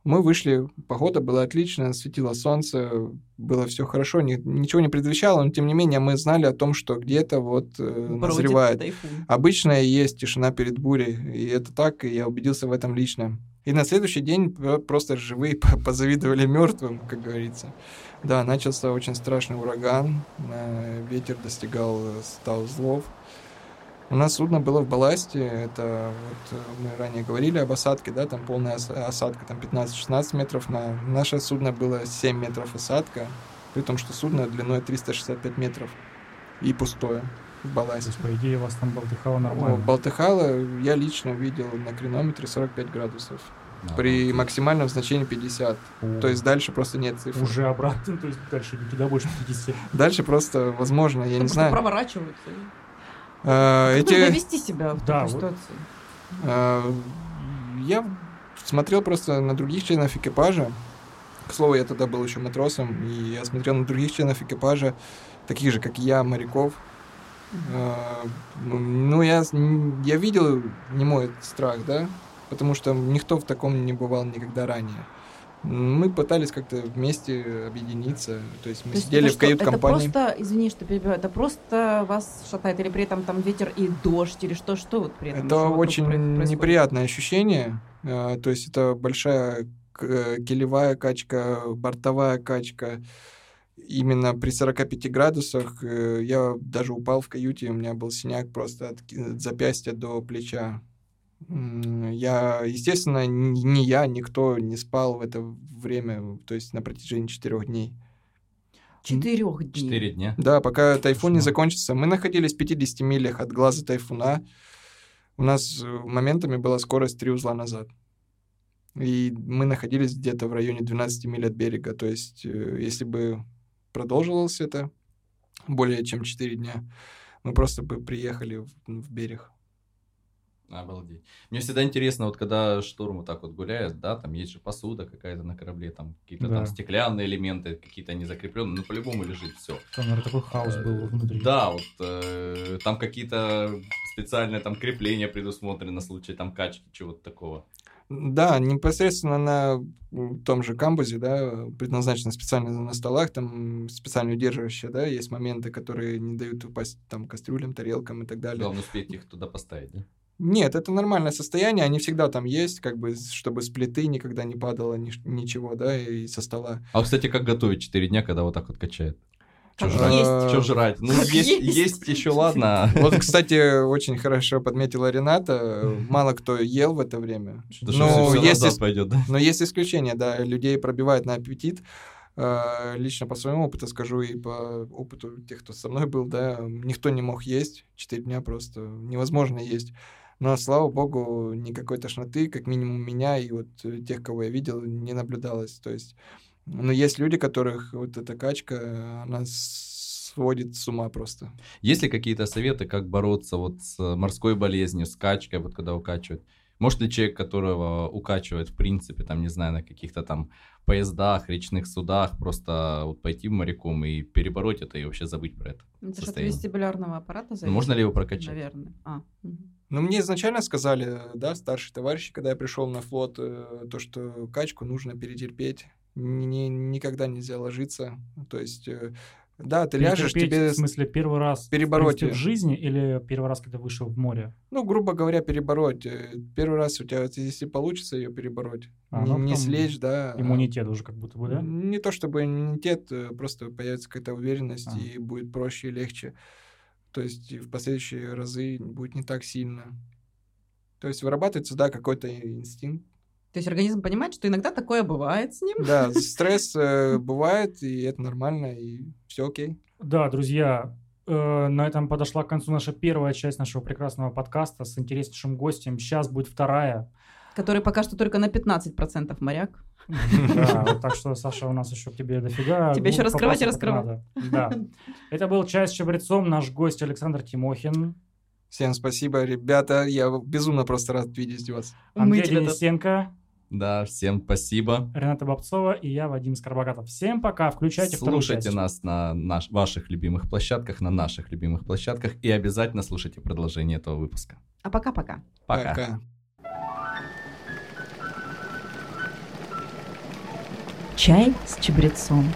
Speaker 5: Мы вышли, погода была отличная, светило солнце, было все хорошо, ни- ничего не предвещало, но тем не менее мы знали о том, что где-то вот э,
Speaker 4: Бродит
Speaker 5: назревает.
Speaker 4: тайфун.
Speaker 5: Обычно и есть тишина перед бурей, и это так, и я убедился в этом лично. И на следующий день п- просто живые по- позавидовали мертвым, как говорится. Да, начался очень страшный ураган, э, ветер достигал э, 100 узлов. У нас судно было в балласте, это вот э, мы ранее говорили об осадке, да, там полная ос- осадка, там 15-16 метров, на наше судно было 7 метров осадка, при том, что судно длиной 365 метров и пустое в
Speaker 2: То
Speaker 5: балласте.
Speaker 2: есть, по идее, вас там болтыхало
Speaker 5: О,
Speaker 2: нормально.
Speaker 5: Балтыхала я лично видел на кринометре 45 градусов.
Speaker 3: А,
Speaker 5: При максимальном значении 50.
Speaker 2: О.
Speaker 5: То есть дальше просто нет цифр.
Speaker 2: Уже обратно, то есть дальше идите, да, больше 50.
Speaker 5: Дальше просто, возможно, я
Speaker 4: Там
Speaker 5: не
Speaker 4: просто
Speaker 5: знаю.
Speaker 4: проворачиваются.
Speaker 5: э,
Speaker 4: Как нужно
Speaker 5: Эти...
Speaker 4: вести себя в
Speaker 2: Да, вот.
Speaker 4: такой ситуации?
Speaker 5: э, Я смотрел просто на других членов экипажа. К слову, я тогда был еще матросом, и я смотрел на других членов экипажа, таких же, как и я, моряков. Э, Ну, я, с- н- я видел не мой страх, да, потому что никто в таком не бывал никогда ранее. Мы пытались как-то вместе объединиться, то есть мы
Speaker 4: То есть
Speaker 5: сидели
Speaker 4: это
Speaker 5: в
Speaker 4: что,
Speaker 5: кают-компании.
Speaker 4: Это просто, извини, что перебиваю, это просто вас шатает, или при этом там ветер и дождь, или что, что вот при этом?
Speaker 5: Это
Speaker 4: еще вокруг
Speaker 5: очень
Speaker 4: про- происходит?
Speaker 5: неприятное ощущение. Э, То есть это большая к- э, килевая качка, бортовая качка. Именно при 45 градусах э, я даже упал в каюте, у меня был синяк просто от, ки- от запястья до плеча. М, Я, естественно, н- ни я, никто не спал в это время, то есть на протяжении четырех дней.
Speaker 4: Четырех дней.
Speaker 3: Четыре дня.
Speaker 5: Да, пока тайфун не
Speaker 2: Кошмар.
Speaker 5: закончится. Мы находились в 50 милях от глаза тайфуна. У нас э, моментами была скорость 3 узла назад. И мы находились где-то в районе 12 миль от берега. То есть, э, если бы продолжилось это более чем 4 дня, мы просто бы приехали в, ну, в берег.
Speaker 3: Обалдеть. Мне всегда интересно, вот когда шторм вот так вот гуляет, да, там есть же посуда какая-то на корабле, там какие-то
Speaker 2: Да.
Speaker 3: там стеклянные элементы, какие-то не закрепленные, но по-любому лежит все.
Speaker 2: Там, наверное, такой хаос был внутри.
Speaker 3: Да, вот э, там какие-то специальные там крепления предусмотрены на случай там качки, чего-то такого.
Speaker 5: Да, непосредственно на м, том же камбузе, да, предназначено специально на столах, там специально удерживающие, да, есть моменты, которые не дают упасть там кастрюлям, тарелкам и так далее.
Speaker 3: Главное успеть их туда поставить, да?
Speaker 5: Нет, это нормальное состояние, они всегда там есть, как бы, с- чтобы с плиты никогда не падало ниш- ничего, да, и со стола.
Speaker 3: А, кстати, как готовить 4 дня, когда вот так вот качает?
Speaker 4: Как
Speaker 5: жрать?
Speaker 4: есть.
Speaker 5: Э,
Speaker 3: Что жрать? Ну,
Speaker 4: Как
Speaker 3: есть,
Speaker 4: есть.
Speaker 3: есть еще, ладно.
Speaker 5: Вот, кстати, очень хорошо подметила Рената. Мало кто ел в это время.
Speaker 3: Да что
Speaker 5: Ну,
Speaker 3: всё
Speaker 5: есть,
Speaker 3: назад
Speaker 5: ис-
Speaker 3: пойдет, да?
Speaker 5: но есть исключения, да, людей пробивает на аппетит. Э, Лично по своему опыту скажу и по опыту тех, кто со мной был, да, никто не мог есть. Четыре дня просто невозможно есть. Но, слава богу, никакой тошноты, как минимум меня и вот э, тех, кого я видел, не наблюдалось. То есть, но есть люди, которых вот эта качка, она сводит с ума просто.
Speaker 3: Есть ли какие-то советы, как бороться вот с э, морской болезнью, с качкой, вот когда укачивают? Может ли человек, которого укачивает, в принципе, там, не знаю, на каких-то там поездах, речных судах, просто вот пойти моряком и перебороть это и вообще забыть про это?
Speaker 4: Это же от
Speaker 3: состояние.
Speaker 4: вестибулярного аппарата зависит.
Speaker 3: Можно ли его прокачать?
Speaker 4: Наверное. А, мгм.
Speaker 5: Ну, мне изначально сказали, да, старшие товарищи, когда я пришел на флот, э, то, что качку нужно перетерпеть. Ни- ни- никогда нельзя ложиться. То есть, э, да, ты ляжешь,
Speaker 2: Перетерпеть,
Speaker 5: тебе,
Speaker 2: В смысле, первый раз в
Speaker 5: перебороть
Speaker 2: принципе, в
Speaker 5: её.
Speaker 2: жизни или первый раз, когда вышел в море?
Speaker 5: ну, грубо говоря, перебороть. Э, Первый раз у тебя, вот если получится ее перебороть,
Speaker 2: А,
Speaker 5: не,
Speaker 2: ну,
Speaker 5: не
Speaker 2: потом
Speaker 5: слечь, да. а-
Speaker 2: Иммунитет уже как будто бы, да?
Speaker 5: Не то чтобы иммунитет, э, просто появится какая-то уверенность
Speaker 2: А.
Speaker 5: и будет проще и легче. То есть и в последующие разы будет не так сильно. То есть вырабатывается, да, какой-то инстинкт.
Speaker 4: То есть организм понимает, что иногда такое бывает с ним.
Speaker 5: Да, стресс э, бывает, и это нормально, и все окей.
Speaker 2: Да, друзья, э, на этом подошла к концу наша первая часть нашего прекрасного подкаста с интереснейшим гостем. Сейчас будет вторая.
Speaker 4: Который пока что только на 15% моряк.
Speaker 2: Да, вот Так что, Саша, у нас еще к тебе дофига.
Speaker 4: Тебя еще
Speaker 2: глупых
Speaker 4: раскрывать и
Speaker 2: вопросов это надо. Да. Это был «Чай с чабрецом», наш гость Александр Тимохин,
Speaker 5: Всем спасибо, ребята. Я безумно просто рад видеть вас.
Speaker 2: Андрей
Speaker 4: тебя
Speaker 2: Денисенко,
Speaker 3: Да, всем спасибо.
Speaker 2: Рената Бобцова и я, Вадим Скоробогатов. Всем пока, включайте вторую
Speaker 3: слушайте
Speaker 2: часть.
Speaker 3: нас на наш, ваших любимых площадках, на наших любимых площадках и обязательно слушайте продолжение этого выпуска.
Speaker 4: А пока-пока.
Speaker 3: Пока.
Speaker 6: Чай с чабрецом.